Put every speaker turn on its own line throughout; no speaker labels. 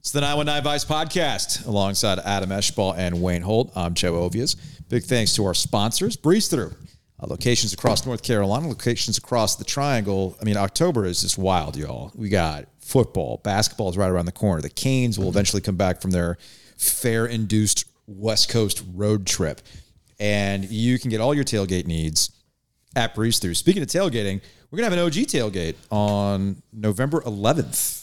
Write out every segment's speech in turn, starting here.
It's the 919 Vice podcast alongside Adam Eschball and Wayne Holt. I'm Joe Ovias. Big thanks to our sponsors, Breeze Through. Uh, locations across North Carolina, locations across the triangle. I mean, October is just wild, y'all. We got football, basketball is right around the corner. The Canes will eventually come back from their fair induced West Coast road trip. And you can get all your tailgate needs at Breeze Through. Speaking of tailgating, we're going to have an OG tailgate on November 11th.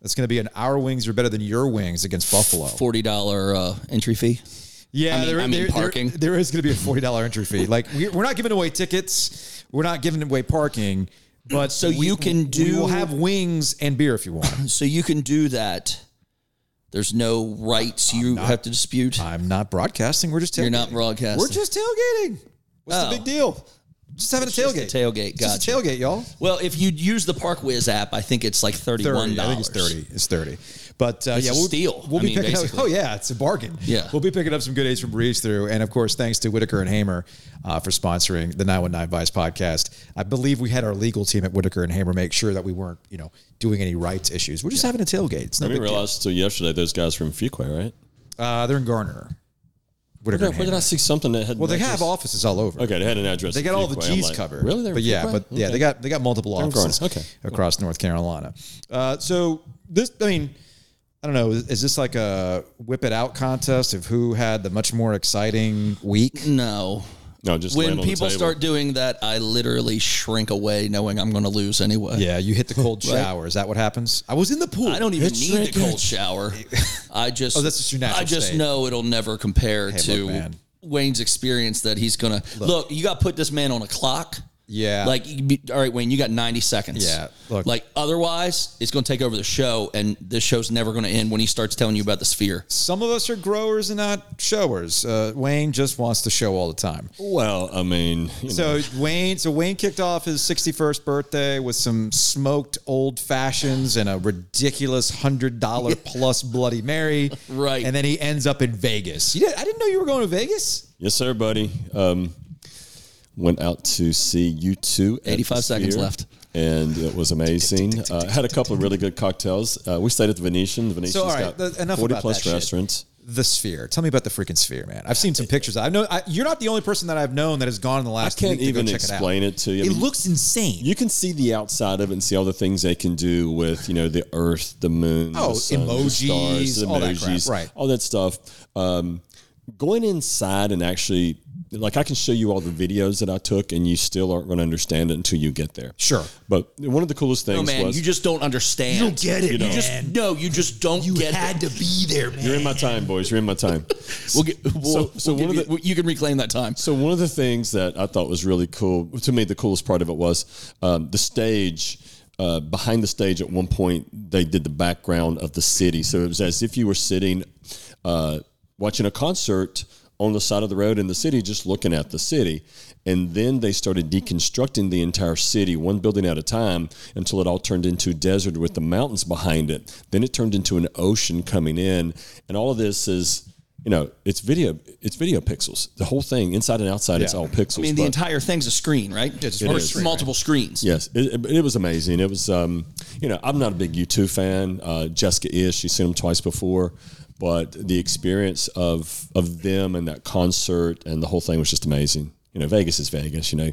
That's going to be an our wings are better than your wings against Buffalo.
forty dollar uh, entry fee.
Yeah,
I mean-
there,
I mean
there- there-
parking.
there is going to be a forty dollar entry fee. Like we, we're not giving away tickets, we're not giving away parking, but
So
we-
you can
we will
do-
have wings and beer if you want.
So you can do that. There's no rights you have to dispute.
I'm not broadcasting. We're just tailgating.
You're not broadcasting.
We're just tailgating. What's
Oh.
the big deal? Just having a
just
tailgate.
a tailgate.
It's Just a
Gotcha.
tailgate, y'all.
well, if you use the Park Whiz app, I think it's like thirty-one
thirty. I
dollars.
think it's thirty. It's thirty. But uh,
It's
yeah,
a
we'll,
steal.
We'll
I
be
mean,
picking
basically.
up. Oh yeah, it's a bargain.
Yeah.
we'll be picking up some good aids from Breeze through, and of course, thanks to Whitaker and Hamer uh, for sponsoring the Nine One Nine Vice podcast. I believe we had our legal team at Whitaker and Hamer make sure that we weren't, you know, doing any rights issues. We're just having a tailgate. It's no
I
big
didn't
deal.
realize until yesterday those guys were in Fuquay, right?
Uh, they're in Garner. Whitaker.
Where
and
did
Hamer.
I see something that had?
well, they
an
have
address?
offices all over.
Okay, they had an address.
They
in
got all the
Fuquay. I'm
G's
like,
covered.
Really? They were
But
in
yeah,
Fuquay?
but yeah,
Okay.
they got they got multiple
in Garner.
offices
Okay.
across North Carolina. Uh, so this, I mean, I don't know. Is, is this like a whip it out contest of who had the much more exciting week?
No.
no. Just land
When
on the
people
table.
start doing that, I literally shrink away, knowing I'm going to lose anyway.
Yeah, you hit the cold shower. Is that what happens? I was in the pool.
I don't even
It's
need the
like-
cold shower. I just
Oh, that's just your natural
I just
state.
know it'll never compare to
man.
Wayne's experience that he's gonna look. you got to put this man on a clock.
Yeah.
Like you be- all right, Wayne, you got ninety seconds.
Yeah, look.
Like otherwise, it's gonna take over the show, and this show's never gonna end when he starts telling you about the sphere.
Some of us are growers and not showers. Uh, Wayne just wants to show all the time.
Well, I mean, you know,
So Wayne, so Wayne kicked off his 61st birthday with some smoked old fashions and a ridiculous hundred dollar plus Bloody Mary,
Right.
And then he ends up in Vegas. You did, I didn't know you were going to Vegas.
yes, sir, buddy. Um, went out to see you two. at the
85 seconds
Sphere,
left.
and it was amazing. Uh, had a couple of really good cocktails. Uh, we stayed at the Venetian. The Venetian's
all right,
got
th- enough
forty
about
plus
that shit.
restaurants.
The Sphere. Tell me about the freaking Sphere, man. I've seen some pictures. I know I, you're not the only person that I've known that has gone in the
I
last.
can't
week
even
to go check
explain
it.
it to you.
Out.
I
It
mean,
looks insane.
you can see the outside of it and see all the things they can do with you know the earth the moon
Oh,
the sun, the
emojis,
stars the
all that crap,
emojis
right.
all that stuff um, going inside and actually like i can show you all the videos that i took and you still aren't going to understand it until you get there
Sure.
but one of the coolest things
No man,
was
you just don't understand. You
get it,
You just
man.
no, you just don't you get it.
to be there, man.
you're in my time boys you're in my time
We'll get, we'll,
so
we'll
one
give
of
you, you can reclaim that time.
So one of the things that I thought was really cool to me, the coolest part of it was um, the stage. Uh, behind the stage, at one point, they did the background of the city, so it was as if you were sitting uh, watching a concert on the side of the road in the city, just looking at the city. And then they started deconstructing the entire city, one building at a time, until it all turned into desert with the mountains behind it. Then it turned into an ocean coming in, and all of this is you know, it's video, it's video pixels. The whole thing, inside and outside, it's
Yeah.
all pixels.
I mean, the
but-
entire thing's a screen, right? It's
It is.
multiple screens.
yes, it, it, it was amazing. It was, um, you know, I'm not a big U2 fan. Uh, Jessica is. She's seen them twice before, but the experience of of them and that concert and the whole thing was just amazing. You know, Vegas is Vegas. You know,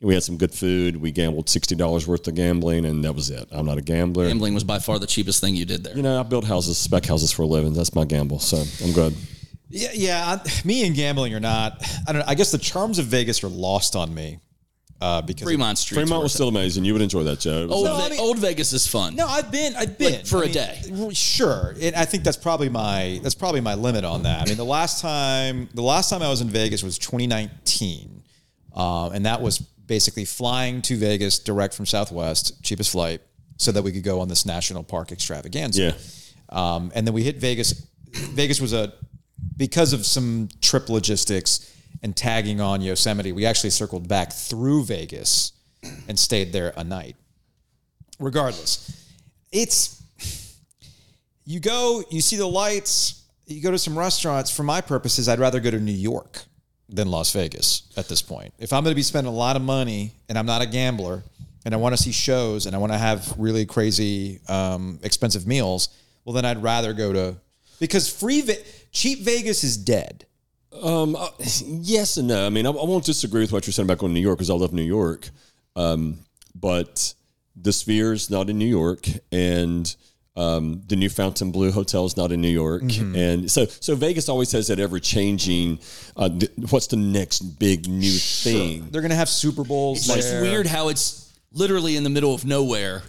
we had some good food. We gambled sixty dollars worth of gambling, and that was it. I'm not a gambler.
Gambling was by far the cheapest thing you did there.
You know, I build houses, spec houses for a living. That's my gamble. So I'm good.
Yeah, yeah. I- Me and gambling are not. I don't. know. I guess the charms of Vegas are lost on me uh, because of-
Fremont Street.
Fremont was still amazing. You would enjoy that, Joe. It was
Old,
No,
Ve-
I mean-
Old Vegas is fun.
No, I've been, I've been
for a
a
day.
Sure, it, I think that's probably my that's probably my limit on that. I mean, the last time the last time I was in Vegas was 2019, um, and that was basically flying to Vegas direct from Southwest, cheapest flight, so that we could go on this national park extravaganza.
Yeah.
Um, and then we hit Vegas. Vegas was a because of some trip logistics and tagging on Yosemite. We actually circled back through Vegas and stayed there a night. Regardless, it's you go, you see the lights, you go to some restaurants. For my purposes, I'd rather go to New York than Las Vegas at this point. If I'm going to be spending a lot of money and I'm not a gambler and I want to see shows and I want to have really crazy, um, expensive meals, well, then I'd rather go to because free Ve- cheap Vegas is dead.
Um, uh, yes and no. I mean, I, I won't disagree with what you're saying about going to New York because I love New York. Um, but the Sphere is not in New York, and um, the new Fontainebleau Hotel is not in New York, and so so Vegas always has that ever changing. Uh, th- what's the next big new thing?
They're gonna have Super Bowls.
It's
there.
weird how it's literally in the middle of nowhere,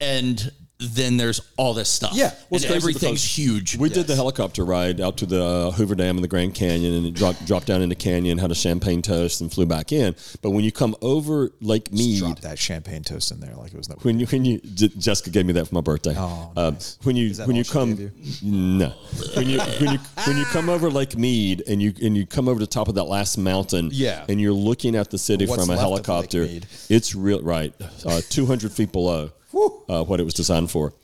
and then there's all this stuff.
Yeah. Well,
and
it's crazy
everything's
because
huge.
We did the helicopter ride out to the uh, Hoover Dam and the Grand Canyon, and it dropped dropped down into canyon, had a champagne toast, and flew back in. But when you come over Lake Mead,
Drop that champagne toast in there like it was no.
when you when you J- Jessica gave me that for my birthday.
Oh,
Um, when you
that
when
all
you
she
come
gave
no when you when you when you come over Lake Mead and you and you come over the top of that last mountain
Yeah.
and you're looking at the city
What's
from a
left of Lake
helicopter
Mead.
it's real right uh, 200 feet below
Whew.
uh, what it was designed for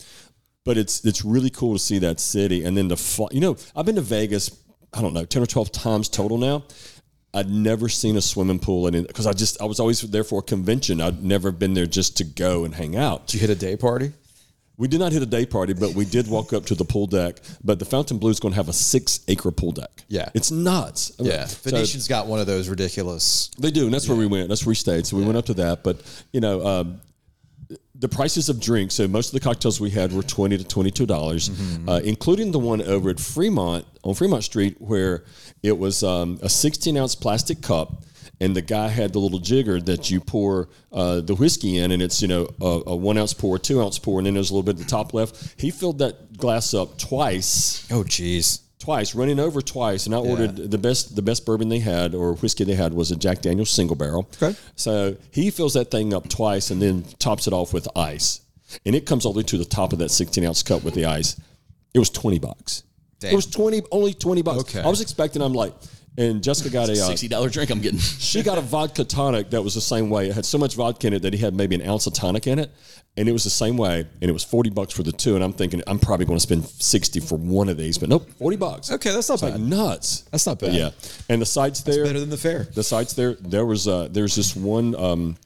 but it's it's really cool to see that city and then the fly, you know I've been to Vegas I don't know 10 or 12 times total now I'd never seen a swimming pool in it because I just I was always there for a convention I'd never been there just to go and hang out
Did you hit a day party?
we did not hit a day party, but we did walk up to the pool deck. But the Fontainebleau is going to have a six-acre pool deck.
Yeah.
it's nuts. I mean,
Yeah,
so
Venetian's got one of those ridiculous.
they do, and that's where we went. That's where we stayed. So we went up to that. But you know, um, the prices of drinks. So most of the cocktails we had were twenty to twenty-two dollars, uh, including the one over at Fremont on Fremont Street, where it was um, a sixteen-ounce plastic cup. And the guy had the little jigger that you pour uh, the whiskey in, and it's you know a, a one ounce pour, a two ounce pour, and then there's a little bit at the top left. He filled that glass up twice
Oh, jeez.
twice, running over twice, and I ordered the best the best bourbon they had or whiskey they had was a Jack Daniel's single barrel.
Okay.
So he fills that thing up twice and then tops it off with ice, and it comes all the way to the top of that sixteen ounce cup with the ice. It was twenty bucks.
Damn.
It was twenty, only twenty bucks.
Okay.
I was expecting. I'm like, and Jessica got a uh,
sixty dollar drink I'm getting.
she got a vodka tonic that was the same way. It had so much vodka in it that he had maybe an ounce of tonic in it, and it was the same way. And it was forty bucks for the two. And I'm thinking I'm probably going to spend sixty for one of these, but nope, forty bucks.
Okay, that's not
It's like
bad.
nuts.
That's not bad.
Yeah, and the sites there,
Better than the fair.
the sites there. There was uh, there's this one. Um,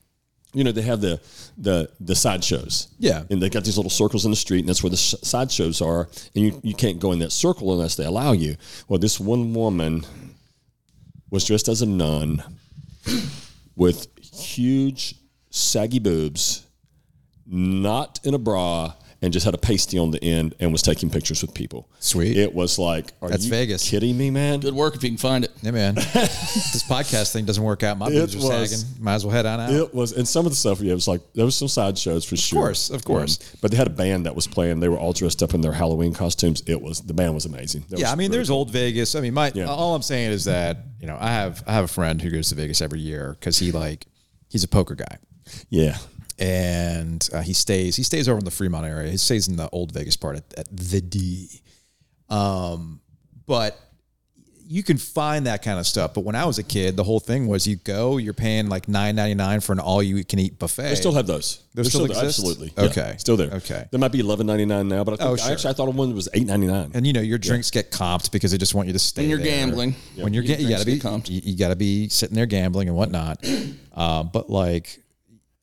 you know they have the the the sideshows.
Yeah.
and they got these little circles in the street, and that's where the sh- sideshows are. And you you can't go in that circle unless they allow you. Well, this one woman was dressed as a nun with huge saggy boobs, not in a bra. And just had a pasty on the end, and was taking pictures with people.
Sweet.
It was like, are
That's
you
Vegas.
kidding me, man?
Good work if you can find it.
Yeah, man. this podcast thing doesn't work out. My boobs are
was-
sagging. Might as well head on out.
It was, and some of the stuff, yeah, it was like there was some sideshows for sure.
course, of course.
Um, but they had a band that was playing. They were all dressed up in their Halloween costumes. It was the band was amazing. That
Yeah,
was
I mean,
really
there's old Vegas. I mean, my
Yeah.
all I'm saying is that you know I have I have a friend who goes to Vegas every year because he like he's a poker guy
cool. yeah,
and uh, he stays he stays over in the Fremont area. He stays in the old Vegas part at, at the D. Um, but you can find that kind of stuff. But when I was a kid, the whole thing was you go, you're paying like nine ninety nine for an all you can eat buffet.
they still have those.
Those
They're
still
there,
exist?
absolutely.
Okay.
Yeah, still there.
Okay.
there might be eleven ninety nine now, but I, think,
Oh, sure.
actually I thought one that was eight ninety nine.
and you know your drinks get comped because they just want you to stay.
When you're
there.
gambling.
when you're
Your
ga- you gotta be
drinks get comped.
you, you gotta be sitting there gambling and whatnot. um, but like,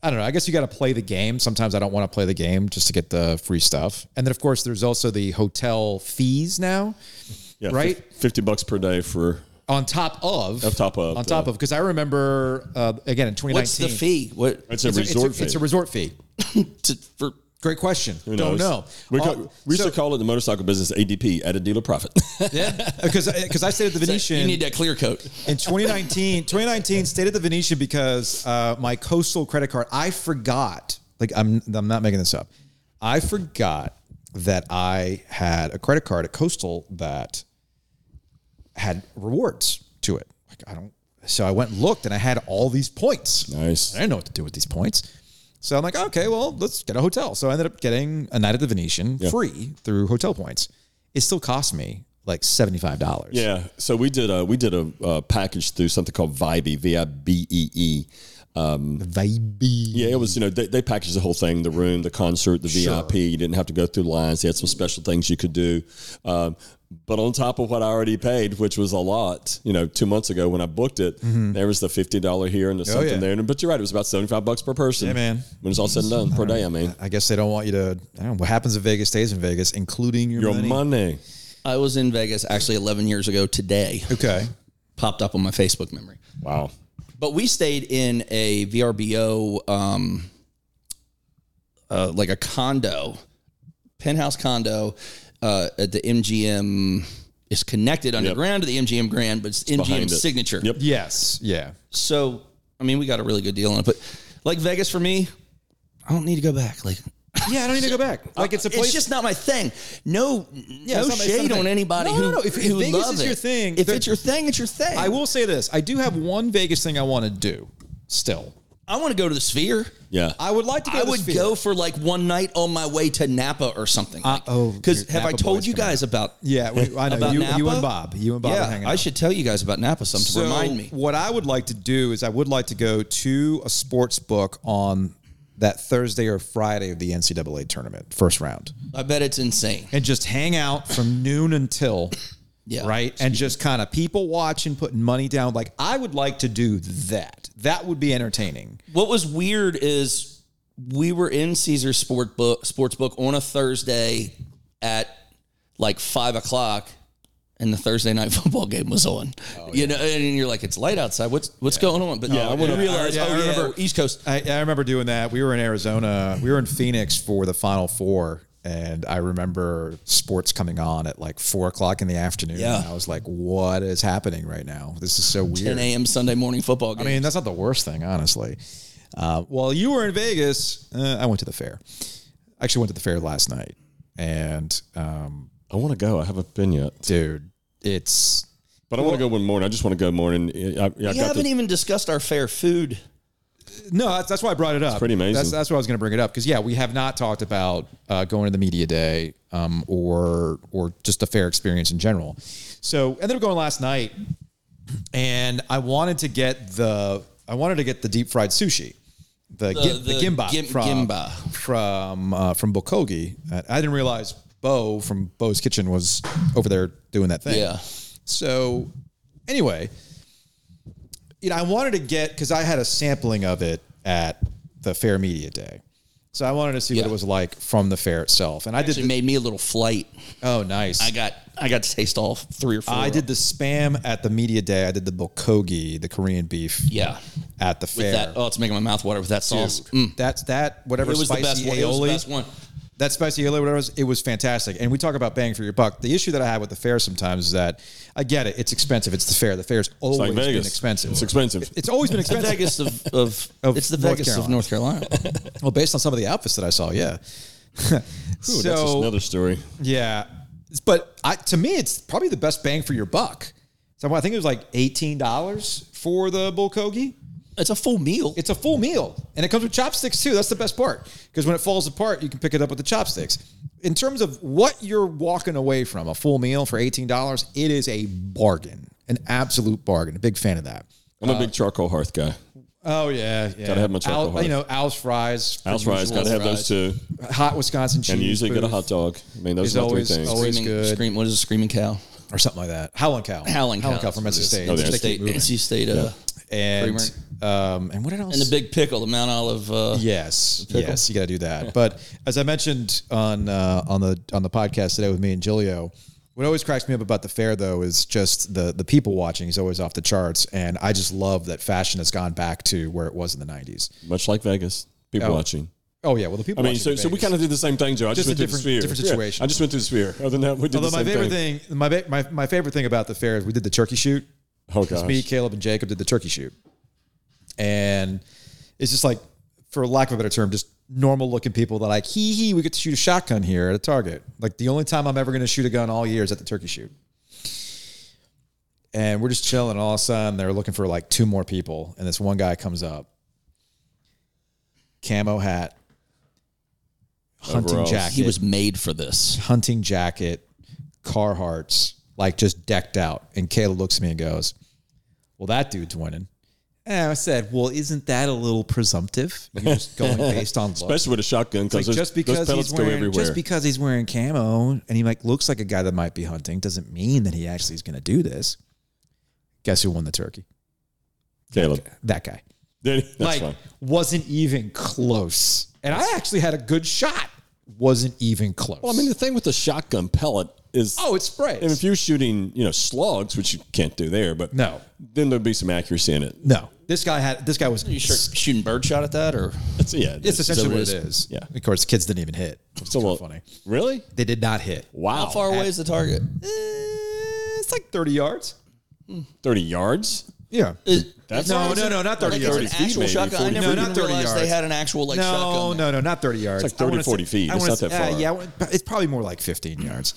I don't know. I guess you gotta play the game. Sometimes I don't want to play the game just to get the free stuff. And then of course there's also the hotel fees now
Yeah,
right?
fif- Fifty bucks per day for
on top of
On top of,
on top
uh,
of because I remember uh, again in 2019.
What's the fee? What
it's a
It's a- it's a-
resort
it's
fee.
a, resort fee.
to, for
Great question.
Who
Don't
knows?
know.
We,
Uh,
call, we used
so-
to call it the motorcycle business ADP, added dealer profit.
yeah, because because uh, I stayed at the Venetian.
you need that clear coat.
in 2019 2019 stayed at the venetian because uh, my coastal credit card i forgot like I'm, I'm not making this up i forgot that i had a credit card at coastal that had rewards to it like i don't so i went and looked and i had all these points
Nice.
I didn't know what to do with these points. So I'm like, okay, well, let's get a hotel. So I ended up getting a night at the Venetian free through hotel points. It still cost me like $75.
Yeah, so we did a we did a, uh package through something called Vibe, V I B E E,
Vibey.
Yeah, it was, you know, they, they packaged the whole thing the room, the concert, the VIP. You didn't have to go through lines. They had some special things you could do. Um, but on top of what I already paid, which was a lot, you know, two months ago when I booked it, there was the $50 here and the something
Mm-hmm. Oh, yeah.
there. And- But you're right, it was about 75 bucks per person.
Yeah, man.
When it's all said and done per day, I mean,
I guess they don't want you to. I don't know what happens in Vegas stays in Vegas, including your,
your
money.
money.
I was in Vegas actually 11 years ago today.
Okay,
Popped up on my Facebook memory.
Wow.
But we stayed in a VRBO, um, uh, like a condo, penthouse condo uh, at the MGM. It's connected underground to the MGM Grand, but it's, MGM
behind it.
signature.
Yep.
yes, yeah.
So, I mean, we got a really good deal on it. But like Vegas for me, I don't need to go back. Like,
Yeah, I don't need to go back. Like Uh, it's a place.
it's just not my thing. No,
it's
no
not my- it's not
shade
my
on
thing.
anybody
No,
who,
no, no. If- if
who
Vegas
love
is
it.
your thing,
If
there-
it's your thing, it's your thing.
I will say this: I do have one Vegas thing I want to do. Still,
I want to go to the Sphere.
Yeah.
I would like to. Go
I
to the
would
Sphere.
go for like one night on my way to Napa or something.
Uh, oh,
because
your
have I
Napa
told
boys
you
come
guys about?
Yeah, we, I know
About
you, you
Napa?
and Bob. You and Bob are
yeah,
hanging out.
I should tell you guys about Napa. Something to remind me.
What I would like to do is I would like to go to a sports book on that Thursday or Friday of the NCAA tournament, first round,
I bet it's insane.
and just hang out from noon until.
Yeah.
Right. And just kind of people watching, putting money down. Like, I would like to do that. That would be entertaining.
What was weird is we were in Caesar's sport book, sports book on a Thursday at like five o'clock, and the Thursday night football game was on. You know, and you're like, it's light outside. What's what's going on? But yeah, I
went
wouldn't
up-
realize.
yeah, I
oh yeah,
remember-
East Coast.
I, I remember doing that. We were in Arizona. We were in Phoenix for the Final Four, and I remember sports coming on at like four o'clock in the afternoon.
Yeah.
and I was like, "What is happening right now? This is so weird."
10 a.m. Sunday morning football game.
I mean, that's not the worst thing, honestly. Uh, while you were in Vegas, uh, I went to the fair. I actually went to the fair last night, and um,
I want to go. I haven't been yet.
dude, it's
But I want to go one morning. I just want to go morning. I, I, I
we
got
haven't
the,
even discussed our fair food.
No, that's, that's why I brought it up.
pretty amazing.
That's, that's why I was going to bring it up because yeah, we have not talked about uh, going to the media day um, or or just the fair experience in general. So ended up going last night, and I wanted to get the I wanted to get the deep fried sushi, the gim, the,
the
gimbap
gim-
from
gimbap.
from uh, from Bulgogi. I, I didn't realize Bo from Bo's Kitchen was over there doing that thing.
Yeah.
So anyway, you know, I wanted to get because I had a sampling of it at the fair media day. So I wanted to see what
Yeah.
it was like from the fair itself. And I did
It
the,
made me a little flight.
oh nice.
I got I got to taste all three or four.
I did the spam at the media day. I did the bulgogi, the Korean beef
Yeah.
at the fair.
That oh, it's making my mouth water with that sauce. Mm.
Dude, That's that whatever
It was the
spicy
best one. It was
aioli.
the best one.
that spicy aioli, whatever it was, it was fantastic. And we talk about bang for your buck. The issue that I have with the fair sometimes is that I get it, it's expensive. It's the fair. The fair's always
like
been
Vegas.
expensive.
It's expensive.
It's always been
The
expensive.
Vegas of, of,
Of
it's the
North
Vegas of North Carolina.
Well, based on some of the outfits that I saw, yeah.
Ooh, that's just
so
another story.
yeah, but I, to me, it's probably the best bang for your buck. So I think it was like eighteen dollars for the bulgogi.
it's a full meal.
It's a full meal, and it comes with chopsticks too. That's the best part because when it falls apart, you can pick it up with the chopsticks. In terms of what you're walking away from, a full meal for eighteen dollars, it is a bargain, an absolute bargain. A big fan of that.
I'm
Uh,
a big charcoal hearth guy.
Oh yeah, yeah.
Gotta have my charcoal
Al,
heart.
you know, Al's fries,
House fries, got to have those two.
hot Wisconsin cheese,
And usually get a
booth.
hot dog. I mean,
It's
those are my
always-
three things.
always-
screaming,
good.
Scream, what is a screaming cow?
or something like that. Howling Cow.
Howling cow.
from NC State.
Oh, there.
They keep
State,
moving.
NC State, uh,
And, um, and what else?
and the big pickle, the Mount Olive. Uh,
Yes, yes, you got to do that. But as I mentioned on uh, on the on the podcast today with me and Gilio, what always cracks me up about the fair though is just the the people watching is always off the charts, and I just love that fashion has gone back to where it was in the '90s.
Much like Vegas, people
Oh.
watching.
Oh yeah, well the people.
I mean,
watching
so,
in
so we
Vegas-
kind of did the same thing, Joe. I
Just
just,
a
went through the
different-
sphere.
different
Yeah,
situation.
I just went through the sphere. Other than that, we did
Although
the
my
same
favorite
thing.
thing, my, ba- my my favorite thing about the fair is we did the turkey shoot.
Oh
It's
gosh,
me, Caleb, and Jacob did the turkey shoot. And it's just like, for lack of a better term, just normal looking people that like, hee hee, we get to shoot a shotgun here at a target. Like the only time I'm ever going to shoot a gun all year is at the turkey shoot. And we're just chilling. and All of a sudden, they're looking for like two more people. And this one guy comes up, camo hat, hunting
Overalls.
jacket
he was made for this.
hunting jacket, Carhartts, like just decked out. And Kayla looks at me and goes, Well, that dude's winning. And I said, well, isn't that a little presumptive? You're just going based on looks.
especially with a shotgun
Like
because
just because
those pellets
he's wearing
go
just
everywhere.
because he's wearing camo and he like looks like a guy that might be hunting doesn't mean that he actually is going to do this. Guess who won the turkey?
Caleb,
That guy.
that's
like
fine.
wasn't even close. And I actually had a good shot. Wasn't even close.
Well, I mean, the thing with the shotgun pellet is,
oh, it sprays.
if you're shooting, you know, slugs, which you can't do there, but
No.
then there'd be some accuracy in it.
no, this guy had this guy was.
You sure shooting birdshot at that or
That's yeah,
It's essentially what
is.
it is.
Yeah.
Of course, the kids didn't even hit. Which is
It's a
kinda
little-
funny.
Really?
They did not hit.
Wow.
how far away is the target?
Eh, it's like thirty yards.
Thirty yards.
Yeah.
Is-
That's
No,
far, is
no,
it?
no, not 30
like
yards.
it's an actual
40 feet,
shotgun. I
maybe,
never
40
even
No, not 30
realized they
yards.
had an actual like
no,
shotgun.
no, no, not 30 yards.
like
I wanna
30, 40
say-
feet.
I
It's
wanna
not that
say- uh,
far.
yeah, I wanna- it's probably more like 15 yards.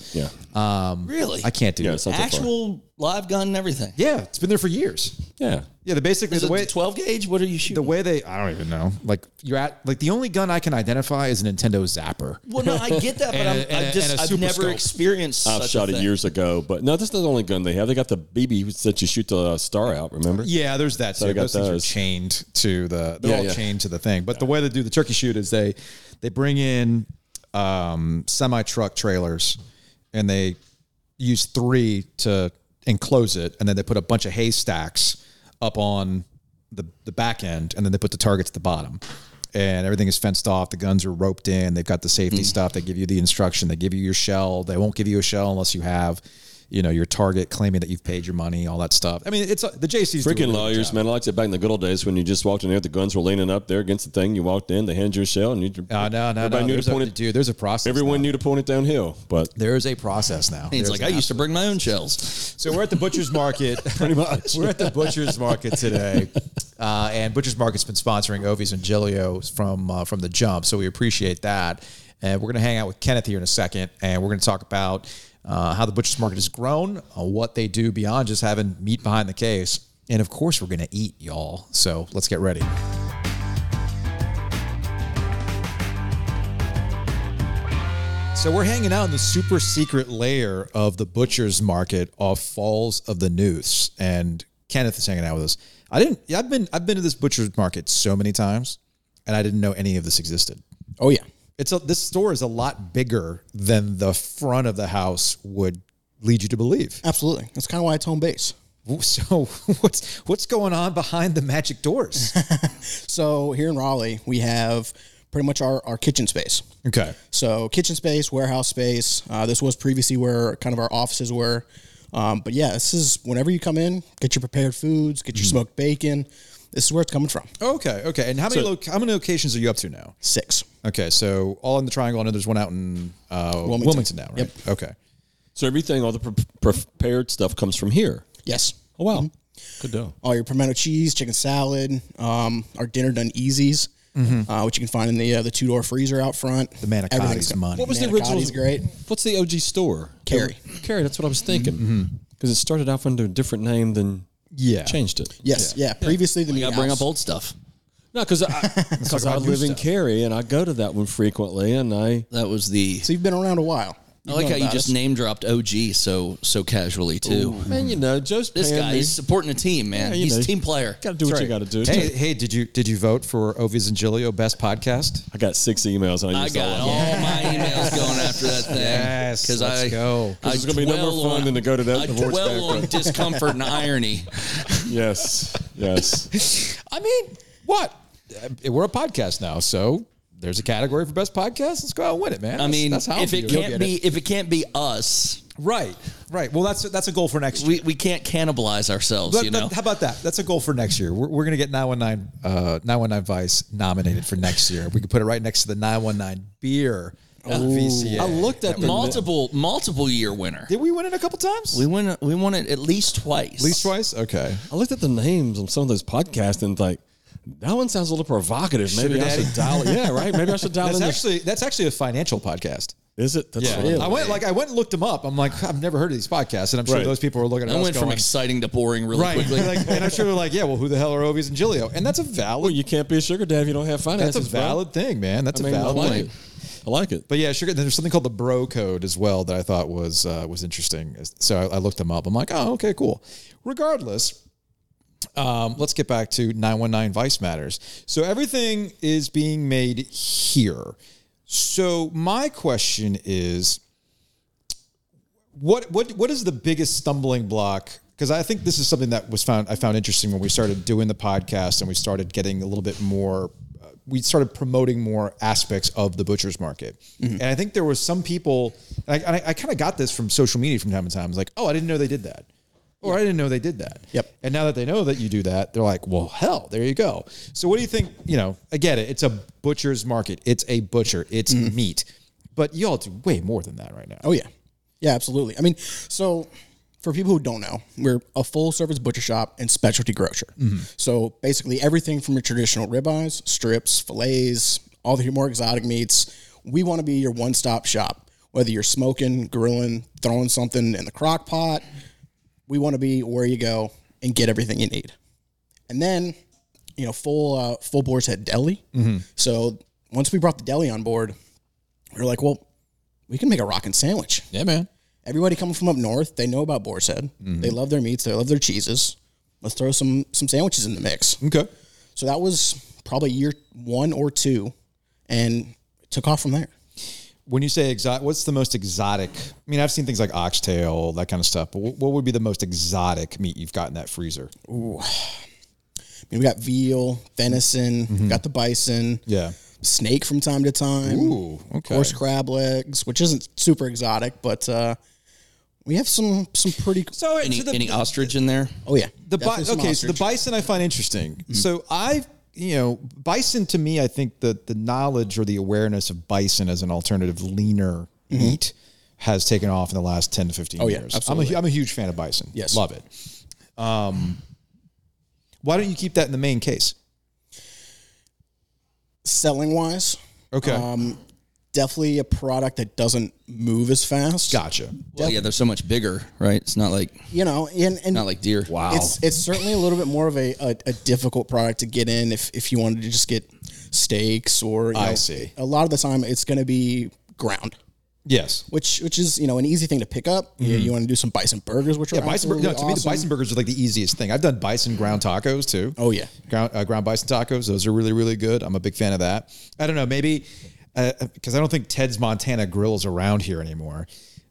Yeah.
Really?
I can't do
Yeah,
it.
it's not that far.
actual live gun and everything.
Yeah, it's been there for years.
Yeah.
Yeah, the basically
Is
the
it
way
12 gauge? What are you
the
shooting?
way they I don't even know. Like you're at like the only gun I can identify is a Nintendo Zapper.
well, no, I get that, but
And a-
I'm,
and a-
I just
and a
I've
super
never
scope.
experienced
I've
such
shot
a
it
thing.
years ago, but no, that's not the only gun they have. They got the BB that you shoot the uh, star out. Remember?
Yeah, there's that too.
I got
those, things
those.
are chained to the they're
Yeah,
all
yeah.
chained to the thing. But the way they do the turkey shoot is they they bring in um, semi truck trailers and they use three to enclose it, and then they put a bunch of haystacks up on the the back end, and then they put the targets at the bottom. And everything is fenced off. The guns are roped in. They've got the safety
Hmm.
stuff. They give you the instruction. They give you your shell. They won't give you a shell unless you have, you know, your target claiming that you've paid your money, all that stuff. I mean, it's uh, the JC's do a
Freaking
really
lawyers, man! I liked it back in the good old days when you just walked in there, the guns were leaning up there against the thing. You walked in, they hand you a shell, and you.
Uh, no, no,
everybody
no.
Knew
There's
to
a,
point it,
dude, there's a process.
everyone
now.
knew to point it downhill, but
there is a process now. There's
It's like
an
I used to
app.
bring my own shells.
So we're at the butcher's market. Pretty much. we're at the butcher's market today, uh, and butcher's market's been sponsoring Ovies and Gilio from uh, from the jump. So we appreciate that, and we're going to hang out with Kenneth here in a second, and we're going to talk about uh, how the butcher's market has grown, uh, what they do beyond just having meat behind the case, and of course we're going to eat, y'all. So let's get ready. So we're hanging out in the super secret layer of the butcher's market off Falls of the Noose, and Kenneth is hanging out with us. I didn't. yeah, I've been. I've been to this butcher's market so many times, and I didn't know any of this existed.
Oh yeah.
It's a, this store is a lot bigger than the front of the house would lead you to believe.
Absolutely. That's kind of why it's home base.
So what's what's going on behind the magic doors?
So here in Raleigh, we have pretty much our, our kitchen space.
Okay.
So kitchen space, warehouse space. Uh, this was previously where kind of our offices were. Um, but yeah, this is whenever you come in, get your prepared foods, get your smoked bacon. This is where it's coming from.
Okay. Okay. And how many loc how many locations are you up to now?
Six.
Okay. So all in the triangle. I know there's one out in uh, Wilmington.
Wilmington.
now, right? Okay.
so everything, all the pre- prepared stuff comes from here.
Yes.
Oh wow, good deal.
All your pimento cheese, chicken salad, um, our dinner done easies, uh, which you can find in the uh, the two door freezer out front. The
Manicotti's money.
What was the
Manicotti
original?
is great.
What's the OG store?
Carry.
Carrie. That's what I was thinking. Because it started off under a different name than
Mm-hmm. Yeah.
changed it.
Yes. Yeah. Previously, the meat
I bring up
house.
old stuff.
No, because I, cause I
about new
live in
stuff.
Cary and I go to that one frequently, and I
That was the.
So you've been around a while.
I like
known
how you
about
just
us.
name dropped OG so so casually too.
man, you know, Joe's
This guy is supporting a team, man.
you
He's a
know.
team player.
Got to do what you got to do.
Hey, hey, did you did you vote for Ovies and Gilio best podcast?
I got six emails. And I,
I
used all
got
of
all
them.
my emails going after that thing.
Yes, let's
I
go.
I
This is gonna be no more
dwell
fun
on-
than to go to that
I
divorce
dwell on
banquet.
discomfort and irony.
Yes, yes.
I mean, what? Uh, We're a podcast now, so there's a category for best podcast. Let's go out and win it, man.
I
That's-
mean,
that's how
if
you-
it
you'll
can't
get
be if it can't be us,
right, right. Well, that's that's a goal for next year.
we, we can't cannibalize ourselves.
But-
you
but
know,
how about that? That's a goal for next year. We're, we're going to get 919, uh, 919 Vice nominated for next year. We could put it right next to the 919 beer uh, VCA.
I looked at the
multiple multiple year winner.
Did we win it a couple times?
We win. We won it at least twice.
At least twice? Okay.
I looked at the names on some of those podcasts and like that one sounds a little provocative. Maybe I should dial. it. Yeah, right. Maybe I should dial
That's
in. there.
actually that's actually a financial podcast.
Is it? That's fine.
I went like I went and looked them up. I'm like I've never heard of these podcasts, and I'm sure
Right.
those people were looking at
I
us
went from
going,
exciting to boring really
right,
quickly.
like, and I'm sure they're like, yeah, well, who the hell are Ovies and Gilio? And that's a valid,
Well, you can't be a sugar dad if you don't have finances.
that's a valid thing, man. That's
Bro. I mean,
a
I
valid
like
thing.
it. I like it.
But yeah, sugar. Then there's something called the Bro Code as well that I thought was uh, was interesting. So I, I looked them up. I'm like, oh, okay, cool. Regardless, Um, let's get back to 919 Vice Matters. So everything is being made here. So my question is what what what is the biggest stumbling block? Because I think this is something that was found I found interesting when we started doing the podcast and we started getting a little bit more. uh, We started promoting more aspects of the butcher's market, and I think there was some people. And I, and I, I kind of got this from social media from time to time. It's like, oh, I didn't know they did that, or I didn't know they did that.
Yep.
And now that they know that you do that, they're like, well, hell, there you go. So what do you think? You know, I get it. It's a butcher's market. It's a butcher. It's meat. But y'all do way more than that right now.
Oh yeah, yeah, absolutely. I mean, so for people who don't know, we're a full service butcher shop and specialty grocer. So basically, everything from your traditional ribeyes, strips, fillets, all the more exotic meats. We want to be your one stop shop. Whether you're smoking, grilling, throwing something in the crock pot, we want to be where you go and get everything you need. And then, you know, full uh, full boar's head deli. So once we brought the deli on board, we were like, well, we can make a rockin' sandwich
Yeah, man.
everybody coming from up north, they know about Boar's Head.
Mm-hmm.
They love their meats. They love their cheeses. Let's throw some some sandwiches in the mix.
Okay.
So that was probably year one or two, and it took off from there.
when you say exotic, what's the most exotic? I mean, I've seen things like oxtail, that kind of stuff. But wh- what would be the most exotic meat you've got in that freezer?
I mean, we got veal, venison, got the bison,
Mm-hmm. Yeah.
snake from time to time,
Ooh. Okay.
horse crab legs, which isn't super exotic, but uh, we have some some pretty.
So, it-
Any,
so the,
any ostrich in there?
Oh yeah,
the bi-
Definitely some
okay, so the
ostrich. Mm-hmm.
bison I find interesting. So I, you know, bison to me, I think the the knowledge or the awareness of bison as an alternative leaner meat has taken off in the last ten to fifteen
Mm-hmm. Oh, yeah,
years. I'm a, hu- I'm a huge fan of bison.
Yes.
love it. Um, why don't you keep that in the main case?
selling wise,
Okay.
definitely a product that doesn't move as fast.
gotcha.
Well, yeah, they're so much bigger, right? It's not like
you know, and and
not like deer. Wow.
It's it's certainly a little bit more of a, a, a difficult product to get in if, if you wanted to just get steaks or you
I
know,
see.
A lot of the time, it's going to be ground,
Yes.
which which is you know an easy thing to pick up. You, you want to do some bison burgers, which are
Mm-hmm. Bison, bur- no,
absolutely
to me, the
awesome.
bison burgers are like the easiest thing. I've done bison ground tacos too.
Oh, yeah.
ground, uh, ground bison tacos. Those are really, really good. I'm a big fan of that. I don't know, maybe because I don't think Ted's Montana Grill is around here anymore.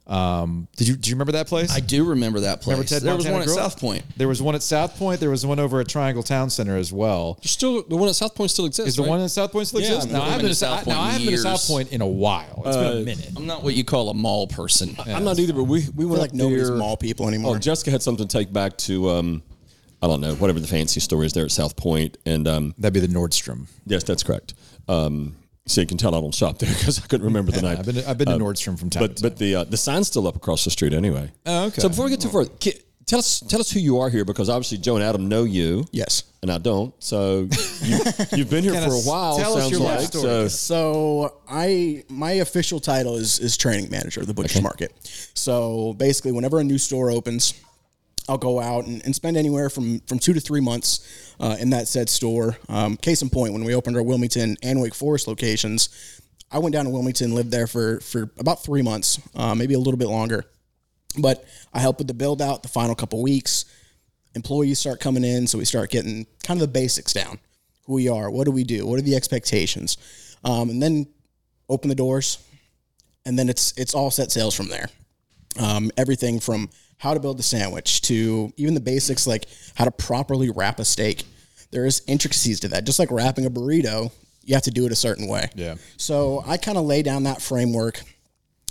Um, did you do you remember that place?
I do remember that place.
remember
there was
Montana
one at
Grill?
South Point.
There was one at South Point. There was one over at Triangle Town Center as well.
There's still the one at South Point still exists.
Is the
right?
one in South Point still
Yeah,
exists?
I
No, I
haven't
haven't been
been
to
to South
South, no,
Point
I
in
haven't been to South
years. Uh,
Point in a while. It's been a minute.
I'm not what you call a mall person.
I'm not either, but we we went
like
up
nobody's
there-
mall people anymore.
Oh, Jessica had something to take back to um, I don't know whatever the fancy store is there at South Point, and um,
That'd be the Nordstrom.
yes, that's correct. Um, so you can tell I don't shop there because I couldn't remember the name.
I've been to, I've
uh,
been to Nordstrom from time
but
to time.
but the uh, the sign's still up across the street anyway.
Oh, okay.
So before we get too far, ki- tell us tell us who you are here because obviously Joe and Adam know you.
Yes.
and I don't. So you, you've been here
Can
for a
us-
while.
tell us
sounds
your
like.
life story.
So
So I my official title is is training manager of the butcher's market. So basically, whenever a new store opens, I'll go out and, and spend anywhere from from two to three months uh, in that said store. Um, case in point, when we opened our Wilmington and Wake Forest locations, I went down to Wilmington, lived there for for about three months, uh, maybe a little bit longer. But I helped with the build out the final couple weeks employees start coming in so we start getting kind of the basics down who we are what do we do what are the expectations um, and then open the doors and then it's it's all set sales from there um, everything from how to build the sandwich to even the basics like how to properly wrap a steak there is intricacies to that just like wrapping a burrito you have to do it a certain way
Yeah.
so i kind of lay down that framework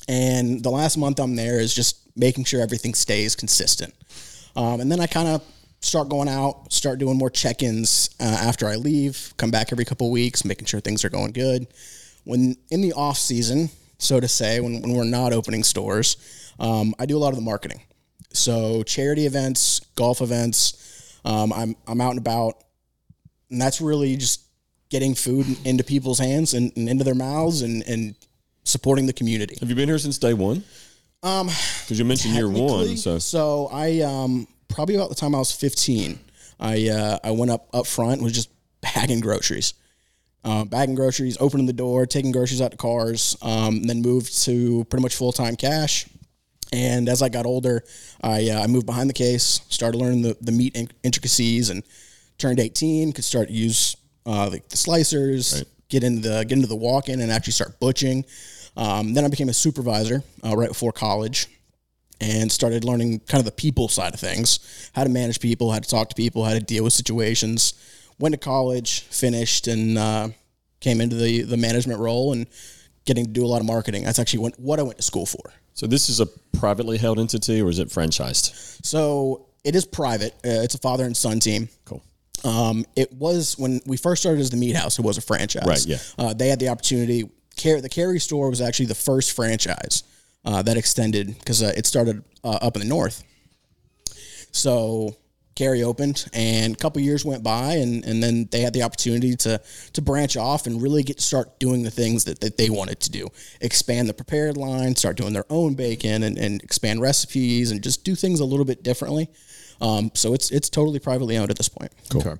and the last month i'm there is just making sure everything stays consistent um, and then I kind of start going out, start doing more check ins uh, after I leave, come back every couple weeks, making sure things are going good. When in the off season, so to say, when, when we're not opening stores, um, I do a lot of the marketing. So charity events, golf events, um, I'm, I'm out and about. And that's really just getting food into people's hands and, and into their mouths and, and supporting the community.
have you been here since day one? Um, because you mentioned year one. So
So I um, probably about the time I was 15, I uh, I went up up front and was just bagging groceries, um, bagging groceries, opening the door, taking groceries out to cars, um, and then moved to pretty much full time cash. And as I got older, I, uh, I moved behind the case, started learning the, the meat in- intricacies, and turned 18, could start to use uh, like the slicers, get into the get into the walk-in, and actually start butching. Um, then I became a supervisor uh, right before college, and started learning kind of the people side of things, how to manage people, how to talk to people, how to deal with situations. Went to college, finished, and uh, came into the the management role and getting to do a lot of marketing. That's actually what, what I went to school for.
So this is a privately held entity, or is it franchised?
So it is private. Uh, it's a father and son team.
Cool.
Um, it was when we first started as the Meat House. It was a franchise.
Right, yeah.
Uh, they had the opportunity. Car- the Carry Store was actually the first franchise uh, that extended because uh, it started uh, up in the north. So Carry opened, and a couple years went by, and, and then they had the opportunity to to branch off and really get start doing the things that, that they wanted to do, expand the prepared line, start doing their own bacon, and, and expand recipes, and just do things a little bit differently. Um, so it's it's totally privately owned at this point.
Okay.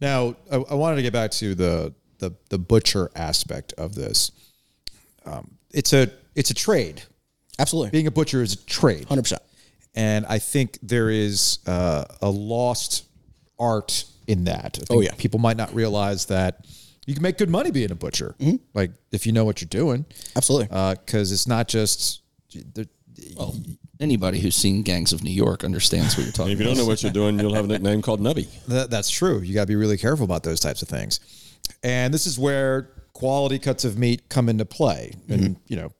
Now, I, I wanted to get back to the the the butcher aspect of this. Um, it's a it's a trade.
Absolutely,
Being a butcher is a trade,
hundred percent.
and I think there is uh, a lost art in that. I think
Oh, yeah.
people might not realize that you can make good money being a butcher,
Mm-hmm.
like if you know what you're doing,
Absolutely.
Uh, because it's not just. there-
Anybody who's seen Gangs of New York understands what you're talking
If you
about.
don't know what you're doing, you'll have a nickname called Nubby.
That, that's true. You got to be really careful about those types of things. And this is where quality cuts of meat come into play. And, you know,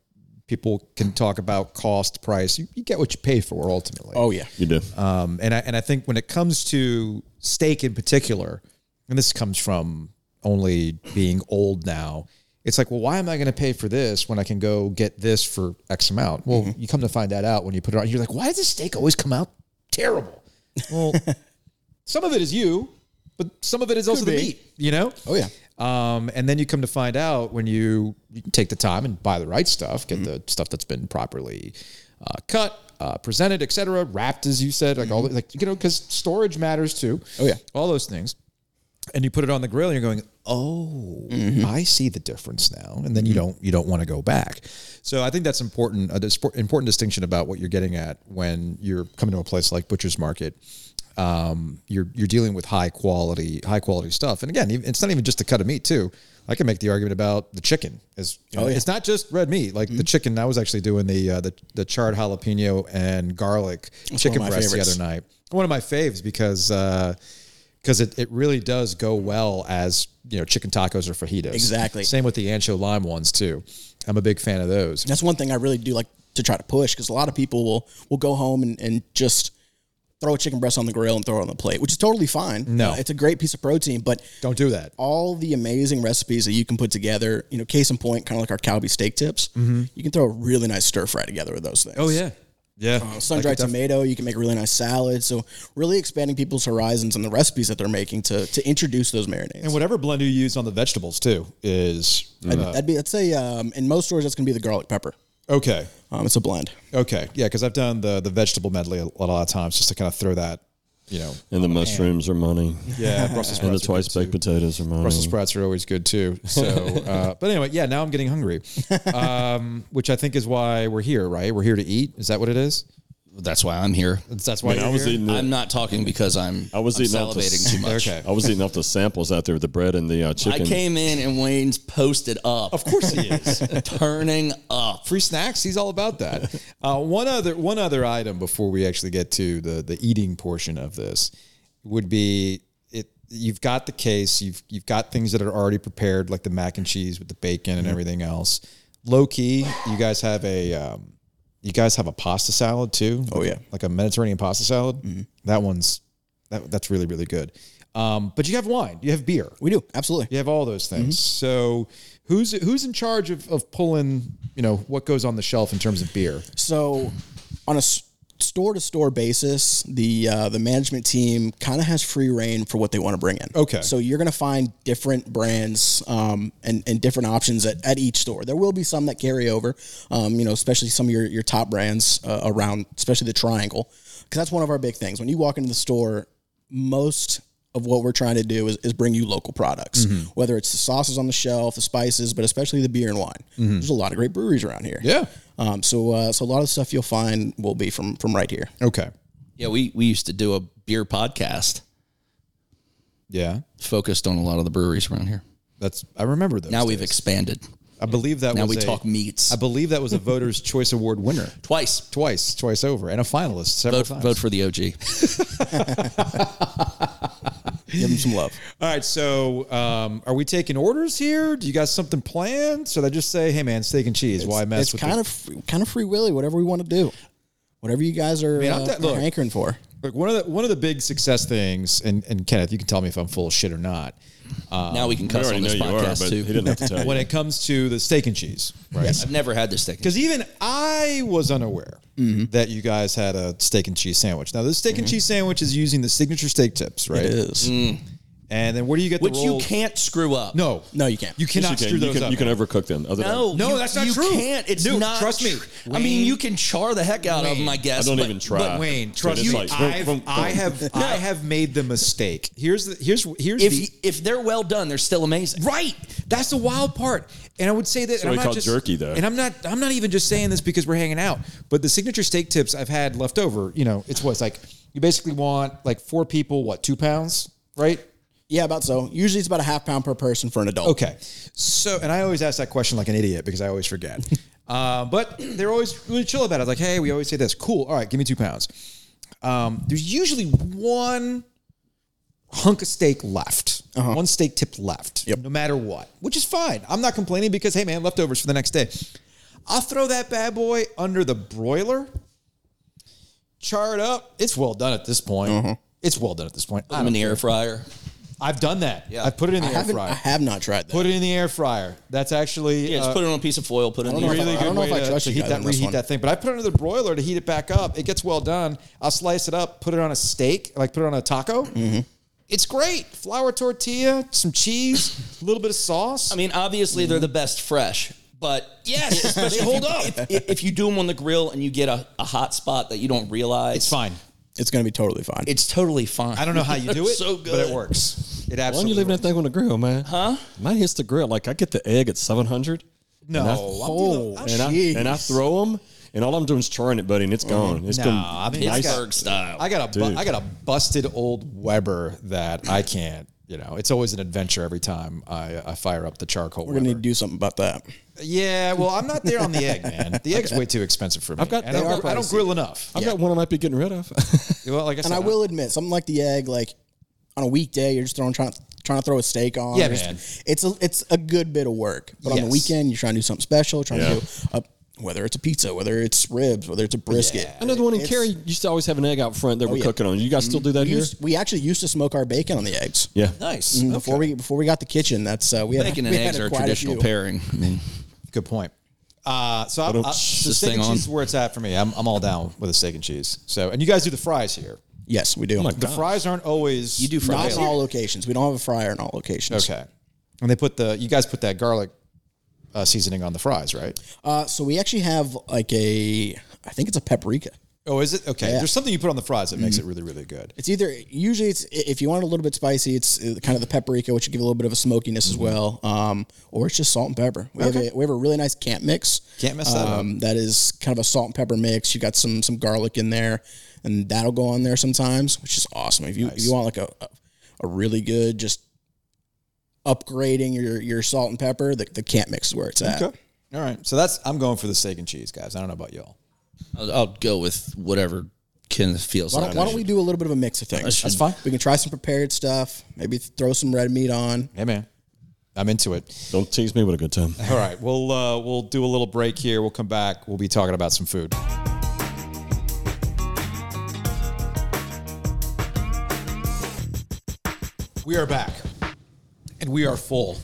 people can talk about cost, price. You, you get what you pay for ultimately.
oh yeah,
You do.
Um, and I and I think when it comes to steak in particular, and this comes from only being old now, it's like, well, why am I going to pay for this when I can go get this for X amount? Well,
Mm-hmm.
you come to find that out when you put it on. You're like, why does this steak always come out terrible? Well, some of it is you, but some of it is also the
be.
meat. You know?
oh yeah.
Um, and then you come to find out when you, you take the time and buy the right stuff,
Mm-hmm.
get the stuff that's been properly uh, cut, uh, presented, et cetera, wrapped, as you said, like all the, like you know, because storage matters too.
Mm-hmm. Oh, yeah.
all those things. And you put it on the grill, and you're going, "Oh,
Mm-hmm.
I see the difference now." And then you don't you don't want to go back. So I think that's important a dis- important distinction about what you're getting at when you're coming to a place like Butcher's Market um, you're you're dealing with high quality high quality stuff. And again, even- it's not even just the cut of meat too. I can make the argument about the chicken. Is
Oh,
it's not just red meat like
Mm-hmm.
the chicken. I was actually doing the uh, the the charred jalapeno and garlic chicken
my
breast
favorites.
the other night. One of my faves because. Uh, because it, it really does go well as you know chicken tacos or fajitas.
Exactly.
Same with the ancho lime ones too. I'm a big fan of those.
That's one thing I really do like to try to push because a lot of people will will go home and, and just throw a chicken breast on the grill and throw it on the plate, which is totally fine.
No.
Uh, it's a great piece of protein, but
Don't do that.
all the amazing recipes that you can put together, you know, case in point, kind of like our Calbee steak tips, you can throw a really nice stir fry together with those things.
Mm-hmm. Oh,
Oh,
yeah.
Oh, sun dried tomato. You can make a really nice salad. So really expanding people's horizons and the recipes that they're making to to introduce those marinades.
And whatever blend you use on the vegetables too is
That'd, that'd be that's a um, in most stores that's gonna be the garlic pepper.
okay.
Um, it's a blend.
Okay, yeah, because I've done the the vegetable medley a lot, a lot of times just to kind of throw that, you know.
and the mushrooms are money.
Yeah, Brussels
And the
sprouts. are
twice
good, too.
baked potatoes are money.
Brussels sprouts are always good too. So, uh, but anyway, yeah. Now I'm getting hungry, um, which I think is why we're here, right? We're here to eat. Is that what it is?
That's why I'm here.
That's why
Man, I
you're
was
here?
eating. The,
I'm not talking because I'm.
I was
I'm
eating all the-
salivating too much.
Okay.
I was eating off the samples out there with the bread and the uh,
I
chicken.
came in and Wayne's posted up. Of course he is. Turning up.
Free snacks. He's all about that. Uh, one other one other item before we actually get to the the eating portion of this would be it. You've got the case. You've you've got things that are already prepared, like the mac and cheese with the bacon and everything else. Low key, you guys have a um, you guys have a pasta salad too. Oh
yeah.
like a Mediterranean pasta salad. That one's that, that's really really good. Um, but you have wine. You have beer.
We do absolutely.
You have all those things.
Mm-hmm.
So who's who's in charge of, of pulling, you know, what goes on the shelf in terms of beer?
So, on a store to store basis, the uh, the management team kind of has free reign for what they want to bring in.
Okay.
So you're going to find different brands um, and and different options at, at each store. There will be some that carry over, um, you know, especially some of your your top brands uh, around, especially the triangle, because that's one of our big things. When you walk into the store, most of what we're trying to do is, is bring you local products,
Mm-hmm.
whether it's the sauces on the shelf, the spices, but especially the beer and wine. There's a lot of great breweries around here.
Mm-hmm. Yeah.
Um, so, uh, so a lot of stuff you'll find will be from from right here.
Okay.
Yeah, we we used to do a beer podcast
Yeah.
focused on a lot of the breweries around here.
That's I remember those.
Now we've
days.
expanded.
I believe that
Now
was
we
a-
talk meats
I believe that was a Voters Choice Award winner
twice.
twice, twice over, and a finalist several
Vote,
times.
vote for the OG.
Give them some love.
All right, so um, are we taking orders here? Do you got something planned? Should I just say, "Hey, man, steak and cheese"? Why mess
it's
with
kind
the-
of free, kind of free willy, whatever we want to do, whatever you guys are,
mean, I'm
uh,
de- look.
are hankering for.
Look, one of the one of the big success things, and, and Kenneth, you can tell me if I'm full of shit or not.
now we can
I
cuss
already
on
know
this
you are, but
podcast
he
too.
didn't have to tell you.
When it comes to the steak and cheese, right?
I've never had this thing.
Because even I was unaware
Mm-hmm.
that you guys had a steak and cheese sandwich. Now, this steak and cheese sandwich is using the signature steak tips, right?
It is.
Mm.
And then where do you get
Which
the
you
roll?
can't screw up.
No,
No, you can't.
You
Yes,
cannot
you can.
screw
You
those
can,
up.
you can overcook them. Other
No,
than,
No,
you-
that's not
you
true.
Can't. It's
Dude,
not.
trust me.
tr- I mean, you can char the heck out of them. I
I
guess.
don't
but-
even try.
but
Wayne,
Dude,
trust
it's
me,
like-
I've, I have I have made the mistake. Here's the here's here's
if
the
he- if they're well done, they're still amazing.
Right. That's the wild part. And I would say that and
what
I'm
we
not
call
just,
jerky, though.
And I'm not I'm not even just saying this because we're hanging out. But the signature steak tips I've had left over, you know, it's what's like you basically want like four people, what, two pounds, right?
Yeah, about so. Usually it's about a half pound per person for an adult.
Okay. So and I always ask that question like an idiot because I always forget. uh, but they're always really chill about it. Like, hey, we always say this. Cool. All right, give me two pounds. Um, there's usually one hunk of steak left, one steak tip left, no matter what, which is fine. I'm not complaining because, hey, man, leftovers for the next day. I'll throw that bad boy under the broiler, char it up. It's well done at this point. It's well done at this point.
Put
I
them in
don't,
the air fryer.
I've done that. Yeah. I've put it in the
I
air
haven't. I
fryer.
have not tried that.
Put it in the air fryer. That's actually
Yeah, just
uh,
put it on a piece of foil. Put it in the
know
air
if I-
fryer.
really
I
good
don't know
way
if I
to,
trust
to
you
heat
guys
that
on this
reheat
one.
that thing. But I put it under the broiler to heat it back up. It gets well done. I'll slice it up, put it on a steak, like put it on a taco.
Mm-hmm.
It's great. Flour tortilla, some cheese, a little bit of sauce.
I mean, obviously they're the best fresh, but yes, they hold up. If, if you do them on the grill and you get a, a hot spot that you don't realize,
it's fine.
it's going to be totally fine.
It's totally fine.
I don't know how you do it,
so good.
but it works. It
Why don't
absolutely.
you leave that
works.
thing on the grill, man? Huh? Mine hits the grill. Like I get the egg at seven hundred.
No,
and I,
I'm doing- I'm-
and I,
jeez.
and I throw them, and all I'm doing is charring it, buddy, and it's gone. It's
No, I
gone.
mean, I
Pittsburgh
got,
style.
I got a bu-
Dude.
I got a busted old Weber that I can't. You know, it's always an adventure every time I, I fire up the charcoal.
We're going to need to do something about that.
Yeah, well, I'm not there on the egg, man. The egg's way too expensive for me.
I've got-
and I,
they are
don't, I don't
pricey.
grill enough.
I've got one I might be getting rid of.
Well, like I said,
And I will admit, something like the egg, like on a weekday, you're just throwing trying trying to throw a steak on.
Yeah,
Or just-
man.
It's a it's a good bit of work, but on
Yes.
the weekend, you're trying to do something special. Trying
Yeah.
to do a, whether it's a pizza, whether it's ribs, whether it's a brisket.
Another one in
It's- Oh,
Cary used to always have an egg out front that we're
yeah.
cooking on. You guys still do that
We,
here?
used, we actually used to smoke our bacon on the eggs.
Yeah.
nice.
Mm, Before we before we got the kitchen, that's uh, we had
Bacon
we
and
had
eggs are a
quite
traditional
few.
pairing. I mean,
Good point. Uh, so I, I,
don't-
so
This
steak
thing
and
on.
cheese is where it's at for me. I'm, I'm all down with a steak and cheese. So, and you guys do the fries here.
Yes, we do.
The fries aren't always you
do fries
Not in
Really?
all locations. We don't have a fryer in all locations.
Okay, and they put the you guys put that garlic uh, seasoning on the fries, right?
Uh, so we actually have like a, I think it's a paprika.
Oh, is it okay? There's something you put on the fries that makes it really, really good.
It's either usually it's if you want it a little bit spicy, it's uh, kind of the paprika, which would give a little bit of a smokiness
Mm-hmm.
as well. Um, or it's just salt and pepper. We have a we have a really nice camp mix.
Can't mess that
um, that is kind of a salt and pepper mix. You got some some garlic in there, and that'll go on there sometimes, which is awesome. If you if you want like a a really good just upgrading your your salt and pepper, the, the camp mix is where it's at.
up. Okay. All right, so that's I'm going for the steak and cheese, guys. I don't know about y'all.
I'll, I'll go with whatever Kenneth feels
Why
like.
don't, why don't we do a little bit of a mix of things?
That's fine.
We can try some prepared stuff. Maybe th- throw some red meat on.
Hey, man, I'm into it.
Don't tease me with a good time.
All right, we'll uh, we'll do a little break here. We'll come back. We'll be talking about some food. We are back, and we are full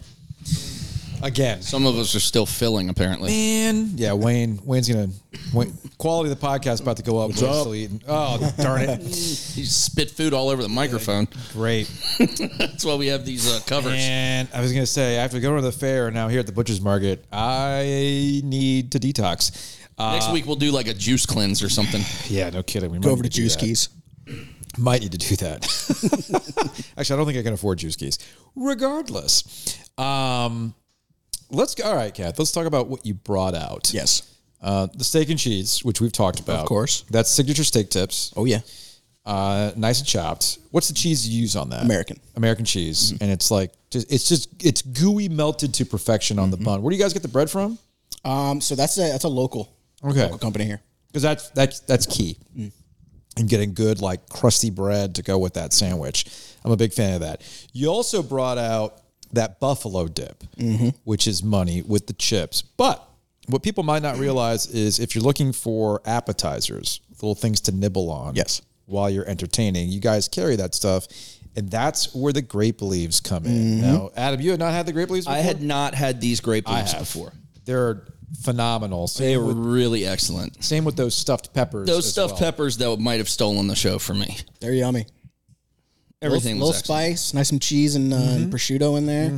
again.
Some of us are still filling, apparently.
Man, yeah, Wayne. Wayne's gonna. Wayne, quality of the podcast about to go up. Wayne's
up?
still eating. Oh darn it!
You spit food all over the microphone.
Great.
That's why we have these uh, covers.
And I was gonna say after going to the fair and now here at the butcher's market, I need to detox. Uh,
Next week we'll do like a juice cleanse or something.
yeah, no kidding. We
Go over to Juice Keys.
Might need to do that. Actually, I don't think I can afford juice keys. Regardless, um, let's go. All right, Kath. Let's talk about what you brought out.
Yes.
Uh, the steak and cheese, which we've talked about. Of
course.
That's signature steak tips.
Oh yeah.
Uh, nice and chopped. What's the cheese you use on that?
American. Mm-hmm.
American cheese. And it's like, just, it's just, it's gooey melted to perfection on
Mm-hmm.
the bun. Where do you guys get the bread from?
Um, so that's a that's a local
Okay.
local company here.
because that's that's that's key. And getting good like crusty bread to go with that sandwich. I'm a big fan of that. You also brought out that buffalo dip,
Mm-hmm.
which is money with the chips. But what people might not realize is if you're looking for appetizers, little things to nibble on,
Yes.
while you're entertaining, you guys carry that stuff, and that's where the grape leaves come in. Now, Adam, you had not had the grape leaves. Before?
Mm-hmm. I had not had these grape leaves
have.
before.
They're phenomenal.
They
Same,
were really excellent.
same with those stuffed peppers.
Those
as
stuffed
well.
peppers though might have stolen the show for me.
They're yummy.
Everything
little,
was excellent.
spice, nice some cheese and, uh, and prosciutto in there.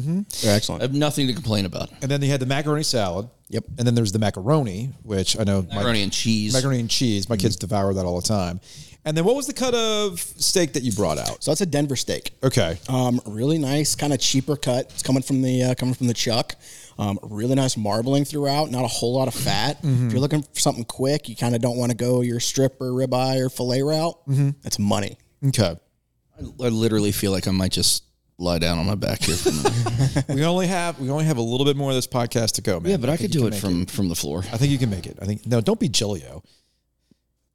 They're
I
excellent.
have nothing to complain about.
And then they had the macaroni salad.
Yep.
And then there's the macaroni, which I know
Macaroni
my,
and cheese.
macaroni and cheese. My kids devour that all the time. And then what was the cut of steak that you brought out?
So that's a Denver steak.
Okay.
Um, really nice, kind of cheaper cut. It's coming from the uh, coming from the chuck. Um, really nice marbling throughout. Not a whole lot of fat. If you're looking for something quick, you kind of don't want to go your strip or ribeye or fillet route. That's money.
Okay.
I literally feel like I might just lie down on my back here. For a minute.
we only have we only have a little bit more of this podcast to go, man.
yeah, but I could
you
do
can
it
make
from from the floor.
I think you can make it. I think no, don't be Jillio.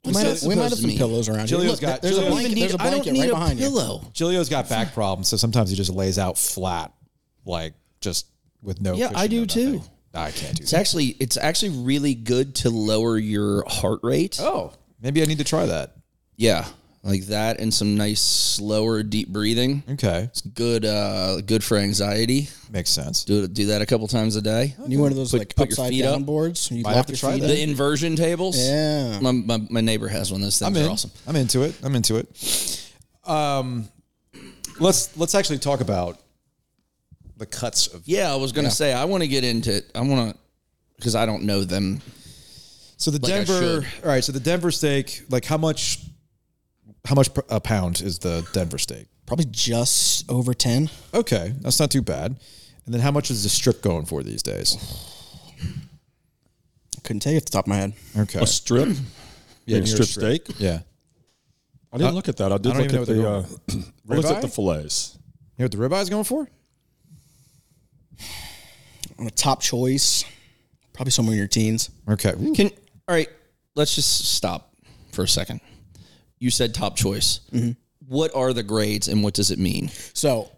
We might, have, we might
supposed
have
to
some
mean?
pillows around here.
Jillio's
Look,
got-
there's,
Jillio's-
a
I don't
blanket,
need-
there's a
I don't
blanket
need
right
a
behind you.
pillow.
Jillio's got back problems, so sometimes he just lays out flat, like just with no.
Yeah,
cushion,
I do
no nothing.
too.
I can't do
It's
that.
actually it's actually really good to lower your heart rate.
Oh, maybe I need to try that.
Yeah, like that and some nice slower deep breathing.
Okay,
It's good uh good for anxiety.
makes sense.
Do do that a couple times a day.
You need one of those like
put your
upside
feet
down
up.
boards. You
Might have
lock
to
your
try
feet
that.
up.
The inversion tables.
Yeah.
My, my, my neighbor has one. Those things
I'm
are
in.
awesome.
I'm into it. I'm into it. Um, let's let's actually talk about the cuts of.
Yeah, I was gonna say I want to get into. I want to because I don't know them.
So the
Like I
Denver. All right. So the Denver steak. Like how much? How much per, a pound is the Denver steak?
Probably just over ten.
Okay, that's not too bad. And then how much is the strip going for these days?
Couldn't tell you off the top of my head.
Okay.
A strip?
Yeah,
a
near
strip
strip.
steak?
Yeah.
I didn't look at that. Uh, I
I
did
don't
look
even
at
know
the uh,
what
I looked at the
Ribeye?
fillets.
You know what the ribeye's going for?
On a top choice, probably somewhere in your teens.
Okay.
Can all right. Let's just stop for a second. You said top choice. What are the grades and what does it mean?
So,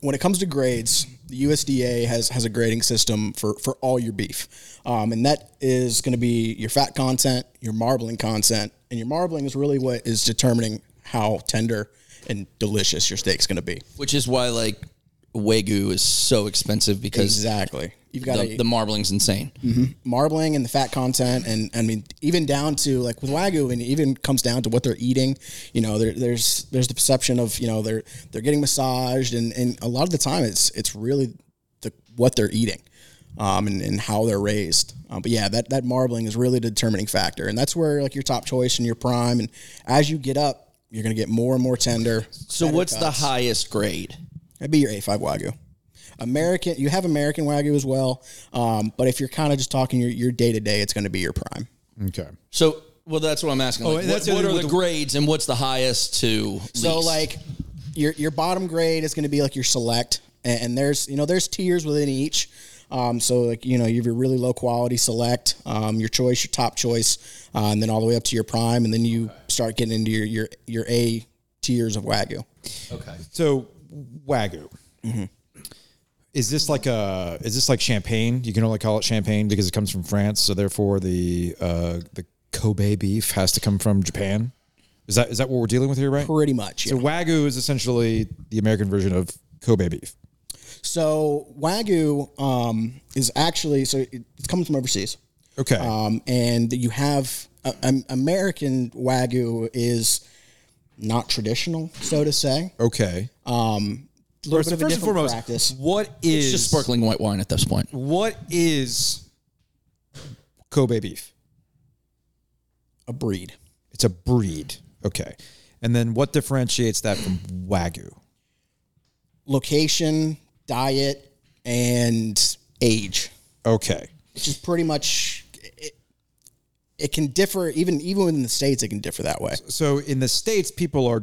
when it comes to grades, the USDA has has a grading system for for all your beef, um, and that is going to be your fat content, your marbling content, and your marbling is really what is determining how tender and delicious your steak's going to be.
Which is why like wagyu is so expensive because
Exactly. You've got
the,
a
the marbling's insane.
marbling and the fat content, and I mean even down to like with wagyu, and it even comes down to what they're eating. You know, there, there's there's the perception of you know they're they're getting massaged, and and a lot of the time it's it's really the what they're eating, um, and, and how they're raised. Um, but yeah, that that marbling is really a determining factor, and that's where like your top choice and your prime, and as you get up, you're gonna get more and more tender.
So what's the highest grade?
That'd be your A5 Wagyu. American, you have American Wagyu as well, um, but if you're kind of just talking your your day to day, it's going to be your prime.
Okay.
So well, that's what I'm asking.
and
Like, what,
Oh, that's the
what
other
are
thing
the,
with the-
grades and what's the highest to
So
least?
like your your bottom grade is going to be like your select, and, and there's you know there's tiers within each. Um, so like you know you have your really low quality select, um, your choice, your top choice, uh, and then all the way up to your prime, and then you start getting into your your your A tiers of Wagyu.
So wagyu.
Mm-hmm.
Is this like a? Is this like champagne? You can only call it champagne because it comes from France. So therefore, the uh, the Kobe beef has to come from Japan. Is that is that what we're dealing with here, right?
Pretty much.
So
yeah.
wagyu is essentially the American version of Kobe beef.
So Wagyu um, is actually so it, it's coming from overseas.
Okay.
Uh,
um, and you have uh, um, American Wagyu is not traditional, so to say. Um,
okay.
A little
So first
bit of a
and
different
foremost,
practice.
what is
it's just sparkling white wine at this point.
What is Kobe beef?
A breed.
It's a breed. Okay. And then what differentiates that from Wagyu?
Location, diet, and age.
Okay.
which is pretty much it, it can differ even even within the states it can differ that way
So in the States, people are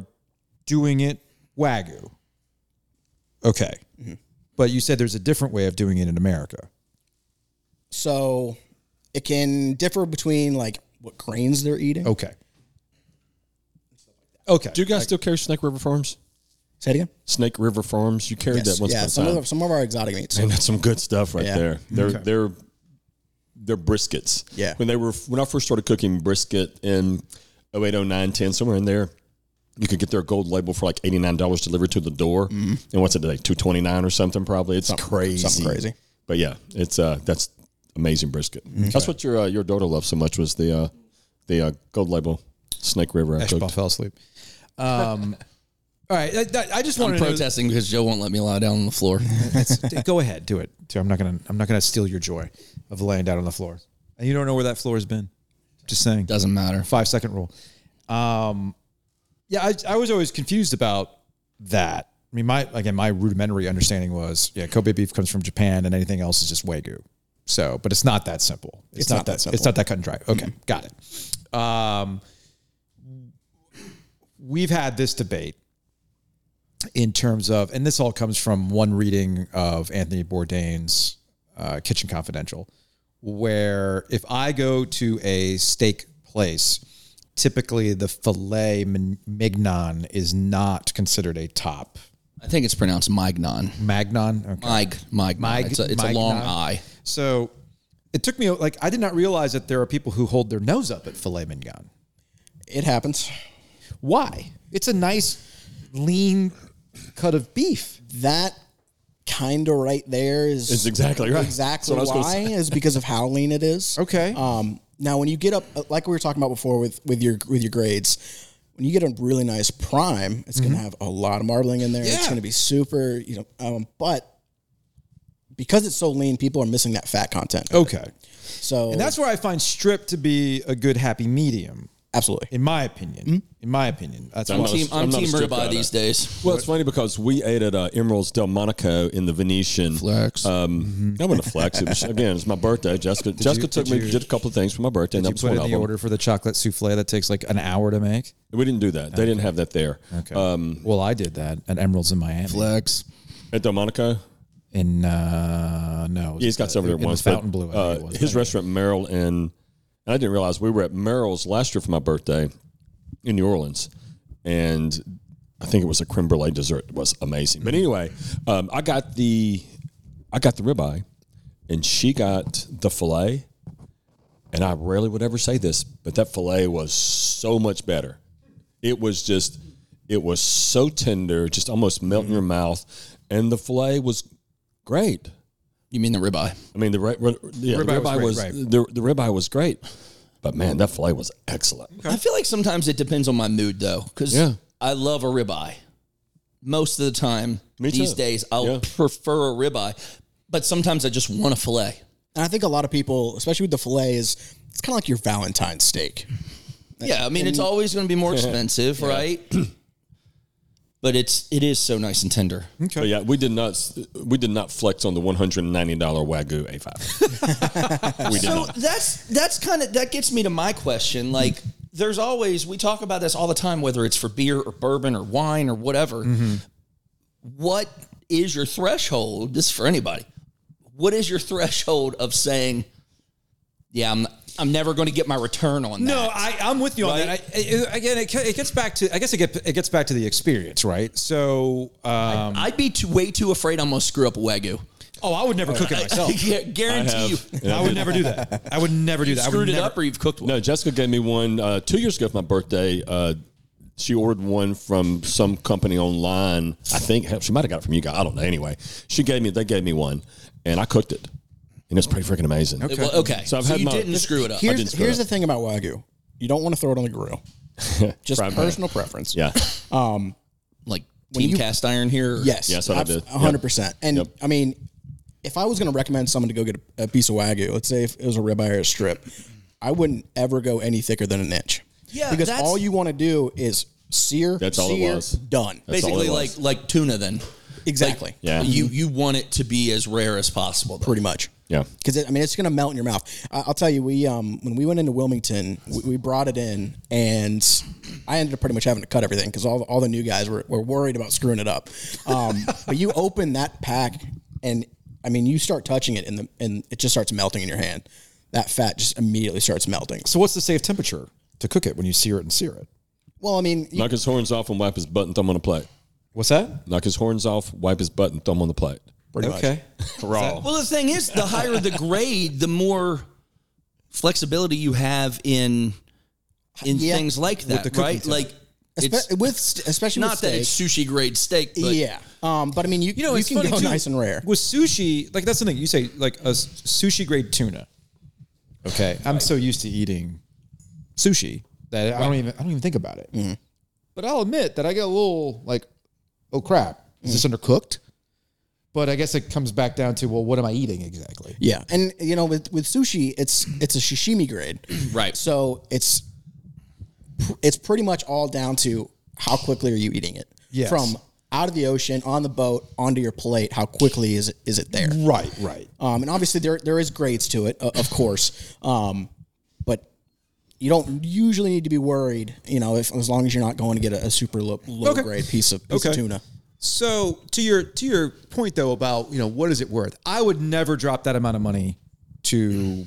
doing it Wagyu. Okay. But you said there's a different way of doing it in America.
so it can differ between like what grains they're eating oh.
Okay. Okay.
Do you guys still carry Snake River Farms?
say it again
Snake River Farms. You carried that once
yeah
upon a
some of,
time.
the, some of our exotic meats
And that's some good stuff right
Yeah.
there. They're they're they're briskets.
Yeah.
When they were when I first started cooking brisket in 08, 09, 10, somewhere in there, you could get their gold label for like eighty nine dollars delivered to the door. And what's it today? Two twenty nine or something probably. It's crazy.
Mm-hmm. something crazy.
But yeah, it's uh that's amazing brisket. That's what your uh, your daughter loved so much was the uh the uh, gold label Snake River I
Eshbal
cooked.
fell asleep. Um, all right. I, that- I just want
I'm
to know-
protesting because Joe won't let me lie down on the floor.
It's- go ahead, do it. Dude, I'm not gonna. I'm not gonna steal your joy of laying down on the floor. And you don't know where that floor has been. Just saying.
Doesn't matter.
Five second rule. Um, yeah, I, I was always confused about that. I mean, my again, my rudimentary understanding was, yeah, Kobe beef comes from Japan, and anything else is just wagyu. So, but it's not that simple. Mm-hmm. It's, not, that. It's not that cut and dry. Okay, got it. Um, we've had this debate in terms of, and this all comes from one reading of Anthony Bourdain's uh, Kitchen Confidential, where if I go to a steak place, typically the filet mignon- mignon is not considered a top.
I think it's pronounced Mignon.
Magnon? Okay.
Mig, Mig,
Mig-
It's a, it's a long
Mignon.
I.
So it took me, like, I did not realize that there are people who hold their nose up at filet mignon.
it happens
Why? It's a nice, lean cut of beef.
that kind of right there is
It's exactly right. That's
exactly
what I was gonna
why
say.
is because of how lean it is
Okay.
Um, now, when you get up, like we were talking about before with with your with your grades, when you get a really nice prime, it's
Mm-hmm.
going to have a lot of marbling in there. It's
Yeah.
going to be super, you know. Um, but because it's so lean, people are missing that fat content.
Oh,
Okay.
so
And that's where I find strip to be a good happy medium,
absolutely.
in my opinion. In my opinion, that's
I'm
what-
I'm
not a-
team, I'm
I'm not a
team
strip guy,
ribeye these days.
Well, it's funny because we ate at uh, Emerald's Del Monaco in the Venetian.
Flex.
Uh, That wasn't a flex. It was, again, it's my birthday. Jessica Jessica took
did
me
you-
did a couple of things for my birthday, and
you
that was
put
one
in
of
the
them.
order for the chocolate souffle that takes like an hour to make.
We didn't do that. They didn't have that there. Uh,
Okay.
Um,
well, I did that at Emeralds in Miami.
Flex.
At Del Monaco,
In uh, no,
he's got some
in
over there
the
once. but,
Fountain Blue. I think
uh,
it was.
his restaurant Merrill in, and I didn't realize we were at Merrill's last year for my birthday in New Orleans, and I think it was a creme brulee dessert. It was amazing. But anyway, um, I got the I got the ribeye, and she got the fillet. And I rarely would ever say this, but that fillet was so much better. It was just, it was so tender, just almost melt in your mouth, and the fillet was great.
You mean the ribeye?
I mean, the, ri- ri- yeah, the
Ribeye was
ribeye
great,
was,
right.
the, the ribeye was great, but man, that fillet was excellent.
I feel like sometimes it depends on my mood though, because
Yeah.
I love a ribeye. Most of the time
Me too.
these days, I'll
Yeah.
prefer a ribeye, but sometimes I just want a fillet.
And I think a lot of people, especially with the fillet, is it's kind of like your Valentine's steak.
Yeah, I mean it's always going to be more expensive, right? but it's it is so nice and tender.
But yeah, we did not s- we did not flex on the one hundred and ninety dollar wagyu a five. we did
So
not.
Oh, that's that's kind of that gets me to my question. Like, there's always we talk about this all the time, whether it's for beer or bourbon or wine or whatever.
Mm-hmm.
What is your threshold? This is for anybody. What is your threshold of saying, yeah, I'm I'm never going to get my return on that?
No, I, I'm with you on that. I, I, again, it, it gets back to I guess it, get, it gets back to the experience, right? So, um,
I'd be too, way too afraid I'm going to screw up a wagyu.
oh, I would never cook it myself.
I gu- guarantee
have-
you,
and
I
I
would
did-
never do that. I would never do that. I would
screwed it
never,
up or you've cooked one.
No, Jessica gave me one uh, two years ago for my birthday. Uh, she ordered one from some company online. I think Hell, she might have got it from you guys. I don't know. Anyway, she gave me they gave me one, and I cooked it, and it's pretty freaking amazing.
Well, okay,
So
so,
I've had
you
my-
didn't screw it up.
didn't
Here's
screw
here's
it
the thing about wagyu: you don't want to throw it on the grill. Just
Fried butter.
personal preference.
Yeah,
like team cast iron here. or-
Yes.
Yeah, that's what I
abs-
did.
a hundred percent. And
Yep.
I mean, if I was going to recommend someone to go get a, a piece of wagyu, let's say if it was a ribeye or a strip, I wouldn't ever go any thicker than an inch.
Yeah,
Because
that's-
all you want to do is sear.
That's all it
sear,
was.
Done.
That's all it
Basically,
was.
like like tuna. Then
exactly.
Yeah.
you you want it to be as rare as possible. though.
Pretty much.
Yeah.
Because I mean, it's going to melt in your mouth. I, I'll tell you, we um when we went into Wilmington, we, we brought it in, and I ended up pretty much having to cut everything because all all the new guys were, were worried about screwing it up. Um, but you open that pack, and I mean, you start touching it, and the and it just starts melting in your hand. That fat just immediately starts melting.
So what's the safe temperature to cook it when you sear it and sear it?
Well, I mean, you-
Knock his horns off and wipe his butt and thumb on the plate.
What's that?
Knock his horns off, wipe his butt and thumb on the plate.
okay.
Raw.
Well, the thing is, the higher the grade, the more flexibility you have in in
Yeah.
things like that,
cooking
right?
temp.
Like it's
espe- with st- especially
not
with
that it's
steak.
sushi grade steak, but
yeah. Um, but I mean, you you,
You know, it's
can
funny
go
too,
nice and rare.
With sushi, like that's the thing you say, like a s- sushi grade tuna. Okay, I'm so used to eating sushi that I don't even I don't even think about it.
Mm-hmm.
But I'll admit that I get a little like, oh crap, is
Mm.
this undercooked? But I guess it comes back down to well, what am I eating exactly?
Yeah, and you know, with with sushi, it's it's a sashimi grade,
Right.
So it's pr- it's pretty much all down to how quickly are you eating it
Yes.
from out of the ocean on the boat onto your plate. How quickly is it, is it there?
Right, right.
Um, and obviously there there is grades to it, uh, of course, um, but. You don't usually need to be worried, you know, if as long as you're not going to get a, a super low, low
Okay.
grade piece of piece of
Okay.
tuna.
So to your to your point though about you know what is it worth? I would never drop that amount of money to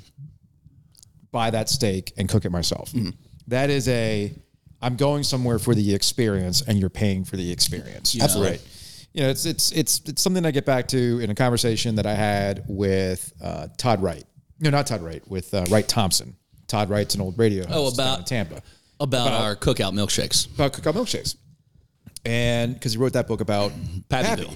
buy that steak and cook it myself. That is a I'm going somewhere for the experience and you're paying for the experience. you know,
Absolutely.
right? You know, it's it's it's it's something I get back to in a conversation that I had with uh, Todd Wright. No, not Todd Wright, with uh, Wright Thompson. Todd Wright's an old radio host down
about-
in Tampa
about, our cookout milkshakes,
about cookout milkshakes. And because he wrote that book about
Pappy
Pappy.
Bill.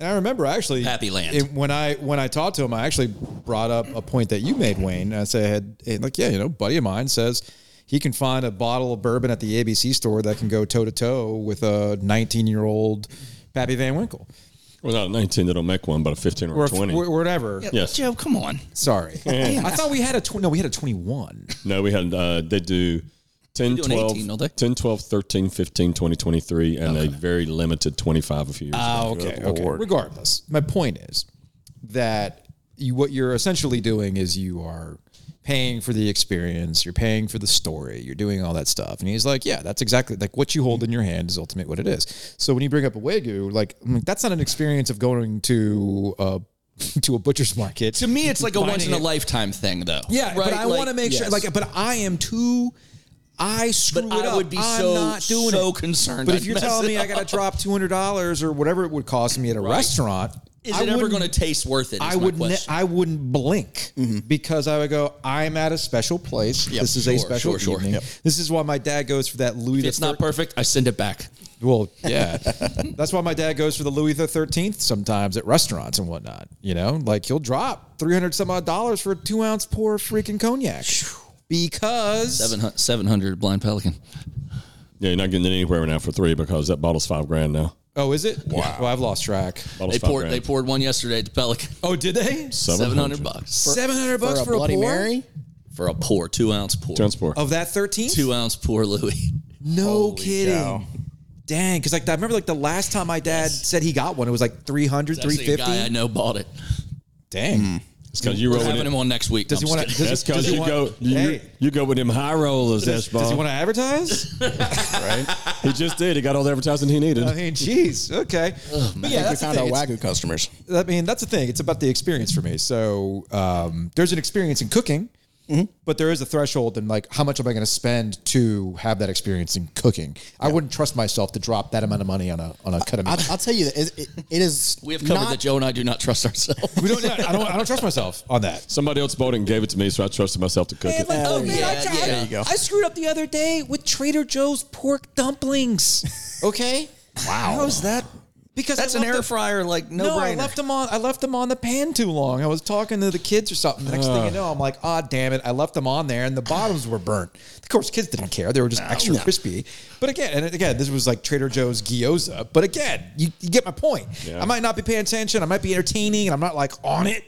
And I remember actually
Pappy Land.
it- when I when I talked to him, I actually brought up a point that you made, Wayne. And I said, hey, like, yeah, you know, a buddy of mine says he can find a bottle of bourbon at the ABC store that can go toe to toe with a 19 year old Pappy Van Winkle
Well, not a 19 that'll make one, but a 15 or,
or
a
if-
20.
or whatever.
Yes.
Joe, come on.
Sorry, I thought we had a tw- no, we had a 21.
No, we had, uh, they do 10,
do an 18, don't
12,
they?
10, 12, 13, 15, 20, 23, and a very limited 25 a few years
Ah,
ago.
okay, okay. Regardless, my point is that you, what you're essentially doing is you are paying for the experience, you're paying for the story, you're doing all that stuff. And he's like, yeah, that's exactly like what you hold in your hand is ultimately what it is. So when you bring up a wagyu, like I'm like, that's not an experience of going to uh, to a butcher's market.
To me, it's like a once in a
it.
lifetime thing, though.
Yeah,
right.
but I
Like,
want to make sure. Like, but I am too. I screw
But
it
I
up.
would be
I'm
so,
not doing
so
it.
concerned
But
I'd
if you're
mess
telling
it
me I got to drop two hundred dollars or whatever it would cost me at a restaurant,
is
I
it ever
wouldn't-
going to taste worth it? is
I
my
would. Ne-
question. Mm-hmm.
I wouldn't blink because I would go. I'm at a special place. this is a
sure,
special
sure, sure.
evening.
Yep.
This is why my dad goes for that Louis.
if it's not perfect, I send it back.
Well, yeah, that's why my dad goes for the Louis the Thirteenth sometimes at restaurants and whatnot. You know, like he'll drop three hundred some odd dollars for a two ounce pour of freaking cognac because
Seven hundred blind pelican.
Yeah, you're not getting it anywhere now for three because that bottle's five grand now.
oh, is it? Wow, well, I've lost track.
Bottle's
They
five
poured.
grand.
They poured one yesterday at the pelican.
Oh, did they?
Seven hundred bucks
Seven hundred bucks
For a
for,
Bloody
pour
Mary,
for a pour, two ounce pour,
Transport.
of that thirteenth.
two ounce pour, Louis.
No kidding. Dang, because like I remember like the last time my dad said he got one, it was like 300,
Actually, a guy I
350.
know bought it.
Dang.
It's because you
We're
roll with
having
it.
him on next week.
Hmm. Does he
No, I'm
want
just
to?
That's because you go you,
Hey,
you go with them high rollers,
does, does he
Eshbaugh.
want to advertise?
He just did. He got all the advertising he needed.
I mean, jeez. Okay. but yeah,
we
that's the
found our
thing. It's-
wagyu customers.
I mean, that's the thing. It's about the experience for me. So um, there's an experience in cooking, but there is a threshold in like how much am I going to spend to have that experience in cooking? I wouldn't trust myself to drop that amount of money on a on a cut of meat.
I'll, I'll tell you that it, it, it is.
We have covered
not-
that Joe and I do not trust ourselves.
we don't, I don't. I don't trust myself on that.
Somebody else bought it and gave it to me, so I trusted myself to cook
Man,
it.
like, oh
There
man,
you
I,
go.
tried,
There you
go.
I screwed up the other day with Trader Joe's pork dumplings. Okay. wow. How's that? Because I
That's an
left
air
the-
fryer, like no,
No, I
brainer.
left them on. I left them on the pan too long. I was talking to the kids or something. Next thing you know, I'm like, ah, damn it! I left them on there, and the bottoms were burnt. Of course, kids didn't care; they were just extra crispy. But again, and again, this was like Trader Joe's gyoza. But again, you, you get my point. I might not be paying attention. I might be entertaining, and I'm not like on it.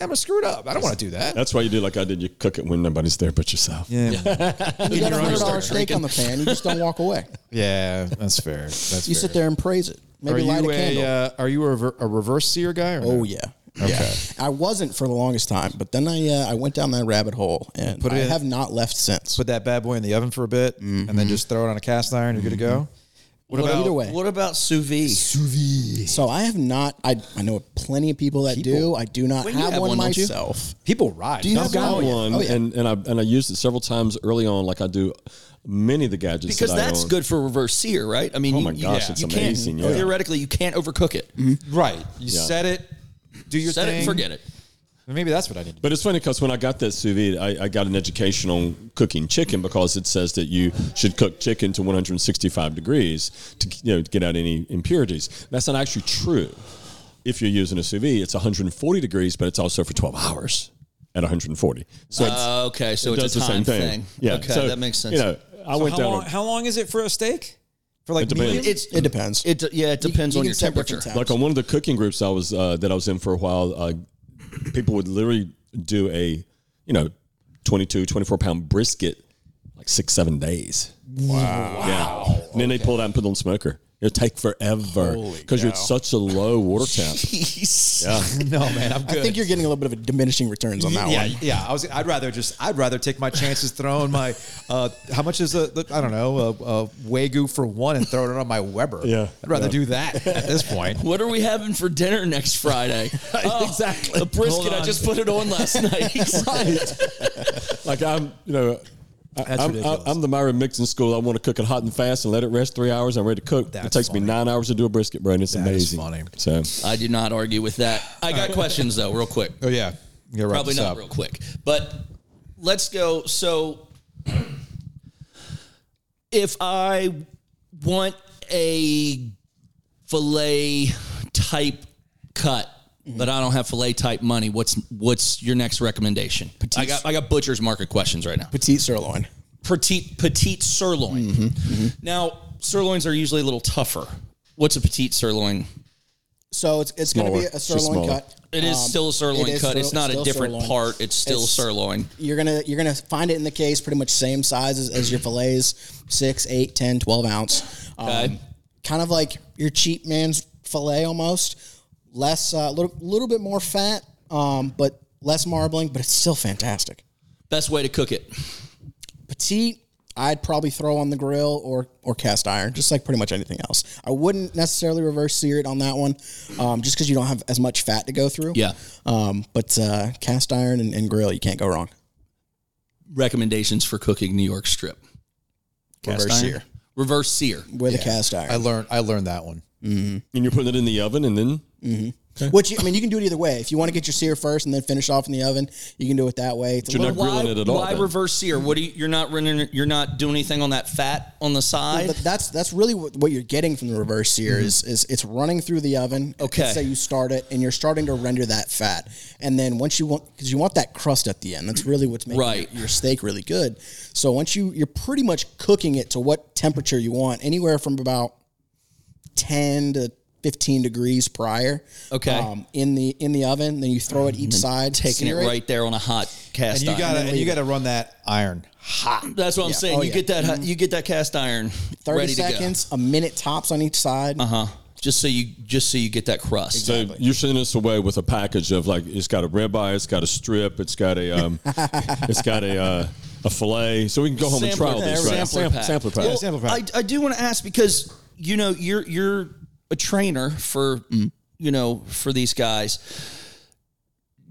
I'm gonna screw it up. I don't want to do that.
That's why you do like I did. You cook it when nobody's there but yourself.
Yeah.
You got a hundred dollar steak on the pan. You just don't walk away.
Yeah, that's fair. That's
You
fair.
sit there and praise it.
Are
Maybe light
you
a candle.
a, uh, are you a, rever- a reverse seer guy? Or
oh
no?
yeah. Yeah. I wasn't for the longest time, but then I uh, I went down that rabbit hole and
Put it
I
in-
have not left since.
Put that bad boy in the oven for a bit, and then just throw it on a cast iron. You're good to go. What, about
either way.
What about Mm-hmm. sous vide?
So I have not. I, I know plenty of people that do. I do not
Wait, you
have,
have
one,
one, don't you?
myself.
people ride?
you
I've
have
got
one?
Got
yeah.
one,
Oh, yeah.
and, and I and I used it several times early on, like I do many of the gadgets
Because
that I
that's
own.
good for reverse sear, right? I mean,
Oh
you-
my
you-
gosh, it's
you
amazing,
Can't,
yeah.
Theoretically, you can't overcook it.
Right. You set it. Do your
Mm-hmm. Set
thing.
it, and forget it.
Maybe that's what I need to do.
But it's funny because when I got that sous vide, I, I got an education on cooking chicken because it says that you should cook chicken to 165 degrees to you know to get out any impurities. That's not actually true. If you're using a sous vide, it's 140 degrees, but it's also for 12 hours at 140. So it's,
Uh, okay, so
it
it's
does
a
the
time
same thing. Yeah,
okay,
so,
that makes sense.
You know, I went
how
down.
long,
on-
how long is it for a steak? For like
It depends.
medium?
it's
It depends.
It d- yeah, it depends
you
on
can
your
set different
temperature.
times.
like on one of the cooking groups I was uh, that I was in for a while, uh, people would literally do a, you know, 22, 24 pound brisket like six, seven days. Wow. Yeah. And then they pull it out and put it on smoker. It'll take forever because you're at such a low water temp.
Jeez.
no, man, I'm good.
I think you're getting a little bit of a diminishing returns on that
yeah,
one.
yeah. I was. I'd rather just. I'd rather take my chances throwing my. Uh, how much is a? the- I don't know. A, a wagyu for one and throwing it on my Weber.
Yeah.
I'd rather do that at this point.
What are we having for dinner next Friday? exactly. A brisket.
Hold
I
on.
just put it on last night.
Like I'm, you know, I,
That's
am
ridiculous.
I'm the Myron Mixon school. I want to cook it hot and fast and let it rest three hours. I'm ready to cook.
That's
it takes
funny.
me nine hours to do a brisket, bro, and it's
That is
amazing.
funny.
So
I do not argue with that. I got questions though, real quick.
Oh yeah. You gotta wrap
Probably
this
not
up.
real quick, but let's go. So, if I want a fillet type cut, but I don't have fillet type money, what's what's your next recommendation? I got I got butcher's market questions right now.
Petite sirloin.
Petite petite sirloin. mm-hmm. Now sirloins are usually a little tougher. What's a petite sirloin?
So it's it's going to be
Smaller.
a
It's
sirloin
smaller.
cut.
It is
Um,
still a sirloin
it is
cut.
sir-
it's not a
still
different
sirloin.
part. It's still
It's-
sirloin.
You're gonna you're gonna find it in the case pretty much same sizes as your fillets, six, eight, 10, 12 ounce. Um,
Okay.
Kind of like your cheap man's fillet almost. Less a little little bit more fat, um, but less marbling, but it's still fantastic.
Best way to cook it.
petite i'd probably throw on the grill or or cast iron just like pretty much anything else i wouldn't necessarily reverse sear it on that one um, just because you don't have as much fat to go through
Yeah.
um, but uh, cast iron and, and grill you can't go wrong
Recommendations for cooking New York strip.
reverse
iron?
sear
Reverse sear.
with a cast iron
I learned. I learned that one.
and you're putting it in the oven, and then
which you, i mean you can do it either way if you want to get your sear first and then finish off in the oven you can do it that way It's a
You're
little-
not grilling it at all.
Why
then.
reverse sear? What do you, you're not running, you're not doing anything on that fat on the side.
but that's that's really what, what you're getting from the reverse sear is is it's running through the oven.
Mm-hmm. Okay.
so you start it and you're starting to render that fat, and then once you want because you want that crust at the end. That's really what's making
Right.
your, your steak really good. So once you you're pretty much cooking it to what temperature you want, anywhere from about ten to 15 degrees prior um,
Okay.
in the in the oven then you throw it each side
Taking it
sear
right there on a hot cast
And you
iron.
gotta. And you gotta run that iron.
hot. That's what I'm saying.
Oh,
you
yeah.
get that. hot- You get that cast iron.
30
ready
seconds a minute tops on each side
To go. Uh huh. Just so you just so you get that crust.
So you're sending us away with a package of like it's got a ribeye, it's got a strip, it's got a um, it's got a uh, a fillet. So we can go home and try all these, right?
Sampler
Sam-
pack.
Sampler pack.
Well,
sampler pack.
I, I do want to ask because you know you're you're a trainer for
Mm.
you know for these guys.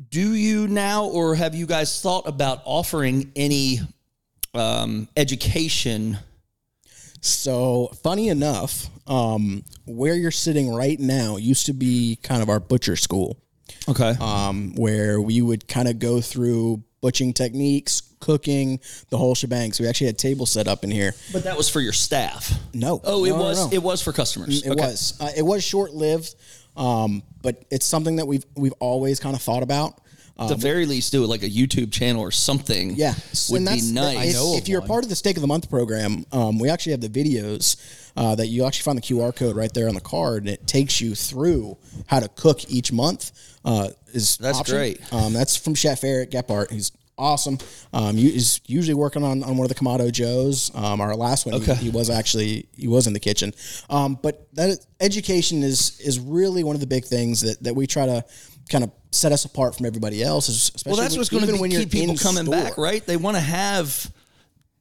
Do you now, or have you guys thought about offering any um, education?
So funny enough, um, where you're sitting right now used to be kind of our butcher school,
Okay.
um, where we would kind of go through butching techniques, cooking, the whole shebang. So we actually had tables set up in here.
but that was for your staff.
No,
Oh, it
no, no,
was.
no.
It was for customers.
It was. Uh, it was short lived, um, but it's something that we've we've always kind of thought about.
At the very least, do it like a YouTube channel or something.
Um, Yeah,
would
and
be
that's
nice.
If, if you're a part of the Steak of the Month program, um, we actually have the videos uh, that you actually find the QR code right there on the card, and it takes you through how to cook each month. Uh, is
That's
option.
great.
Um, that's from Chef Eric Gephardt, who's awesome. Um, you is usually working on, on one of the Kamado Joes. Um, our last one, he, he was actually he was in the kitchen. Um, but that is- education is is really one of the big things that that we try to kind of set us apart from everybody else. is Especially
Well, that's what's going
even
to
when
keep
you're
people
in
coming
store.
back, right? They want to have.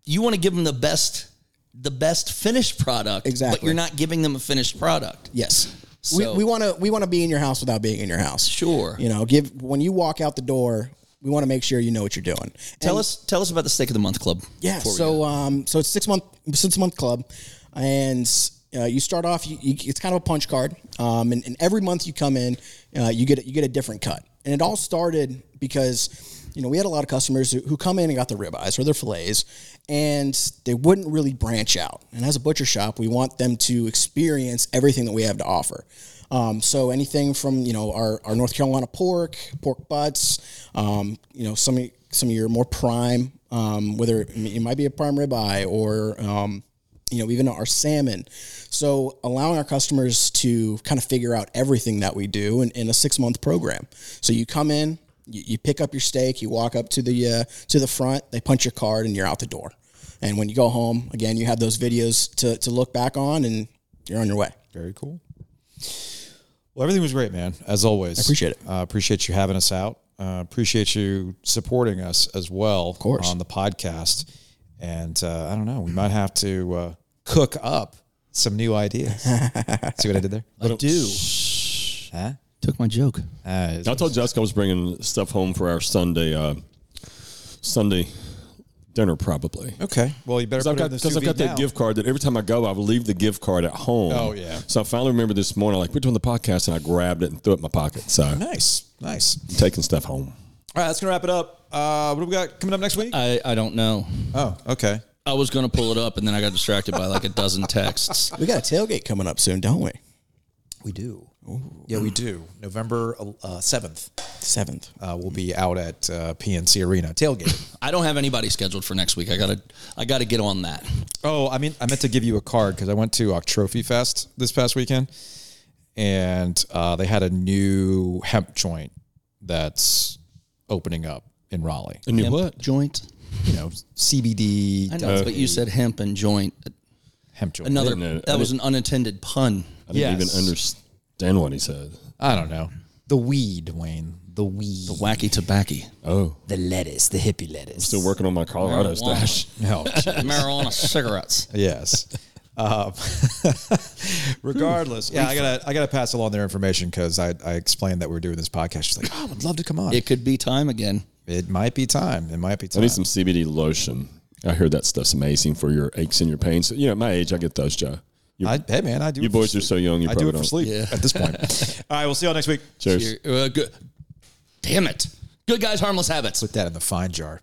You want to give them the best, the best finished product. But
Exactly.
you're not giving them a finished product.
Yes.
So-
we want to we want to be in your house without being in your house.
Sure.
You know, give when you walk out the door, we want to make sure you know what you're doing.
Tell us, tell us about the steak of the month club.
Yeah.
before we
So um, so it's six month six month club, and uh, you start off. You, you, it's kind of a punch card, um, and, and every month you come in, uh, you get you get a different cut, and it all started because. You know, we had a lot of customers who, who come in and got their ribeyes or their fillets, and they wouldn't really branch out. And as a butcher shop, we want them to experience everything that we have to offer. Um, so anything from you know our, our North Carolina pork, pork butts, um, you know some of- some of your more prime, um, whether it, it might be a prime ribeye or um, you know even our salmon. So allowing our customers to kind of figure out everything that we do in, in a six month program. So you come in, you, you pick up your steak, you walk up to the uh, to the front, they punch your card, and you're out the door. And when you go home, again, you have those videos to, to look back on, and you're on your way.
Very cool. Well, everything was great, man. As always, I
appreciate it.
Uh, appreciate you having us out. Uh, appreciate you supporting us as well, of
course.
on the podcast. And uh, I don't know, we might have to uh, cook up some new ideas. See what I did there?
I do.
Huh?
Took my joke.
Uh,
I told Jessica I was bringing stuff home for our Sunday uh, Sunday dinner, probably.
okay. Well, you better put it in
Because I've got,
the
because
sous
I've got
vide
that
now.
gift card that every time I go, I leave the gift card at home.
Oh, yeah.
So I finally remembered this morning, like, we're doing the podcast, and I grabbed it and threw it in my pocket. So
Nice, nice.
taking stuff home.
All right, that's gonna wrap it up. Uh, what do we got coming up next week?
I, I don't know.
oh, okay.
I was going to pull it up, and then I got distracted by like a dozen texts.
We got a tailgate coming up soon, don't we?
We do. Yeah, we do. November uh, seventh,
Seventh.
uh, we'll be out at uh, PNC Arena tailgate.
I don't have anybody scheduled for next week. I gotta, I gotta get on that.
Oh, I mean, I meant to give you a card because I went to uh, Trophy Fest this past weekend, and uh, they had a new hemp joint that's opening up in Raleigh.
And you what?
Joint.
You know, CBD
I know, but you said hemp and joint.
hemp joint.
Another.
didn't know- I
That was an unintended pun.
I didn't
Yes.
even understand what he said.
I don't know the weed, Wayne. The weed.
Wacky tobacco.
Oh,
The lettuce. The hippie lettuce.
still working on my Colorado stash.
No.
Marijuana cigarettes.
yes. Um, regardless, yeah, I gotta I gotta pass along their information because I, I explained that we were doing this podcast. She's like, oh, I'd love to come on. It,
It could be time again.
might be time. It might be
I
time.
need some CBD lotion. I heard that stuff's amazing for your aches and your pains. You know, at my age, I get those, Joe. You,
I, hey man, I do.
you
it for
boys are
sleep.
so young. You
I do
probably
it for
don't.
sleep at this point. All right, we'll see y'all next week.
Cheers.
Uh, good. Damn it. Good guys, harmless habits.
Put that in the fine jar.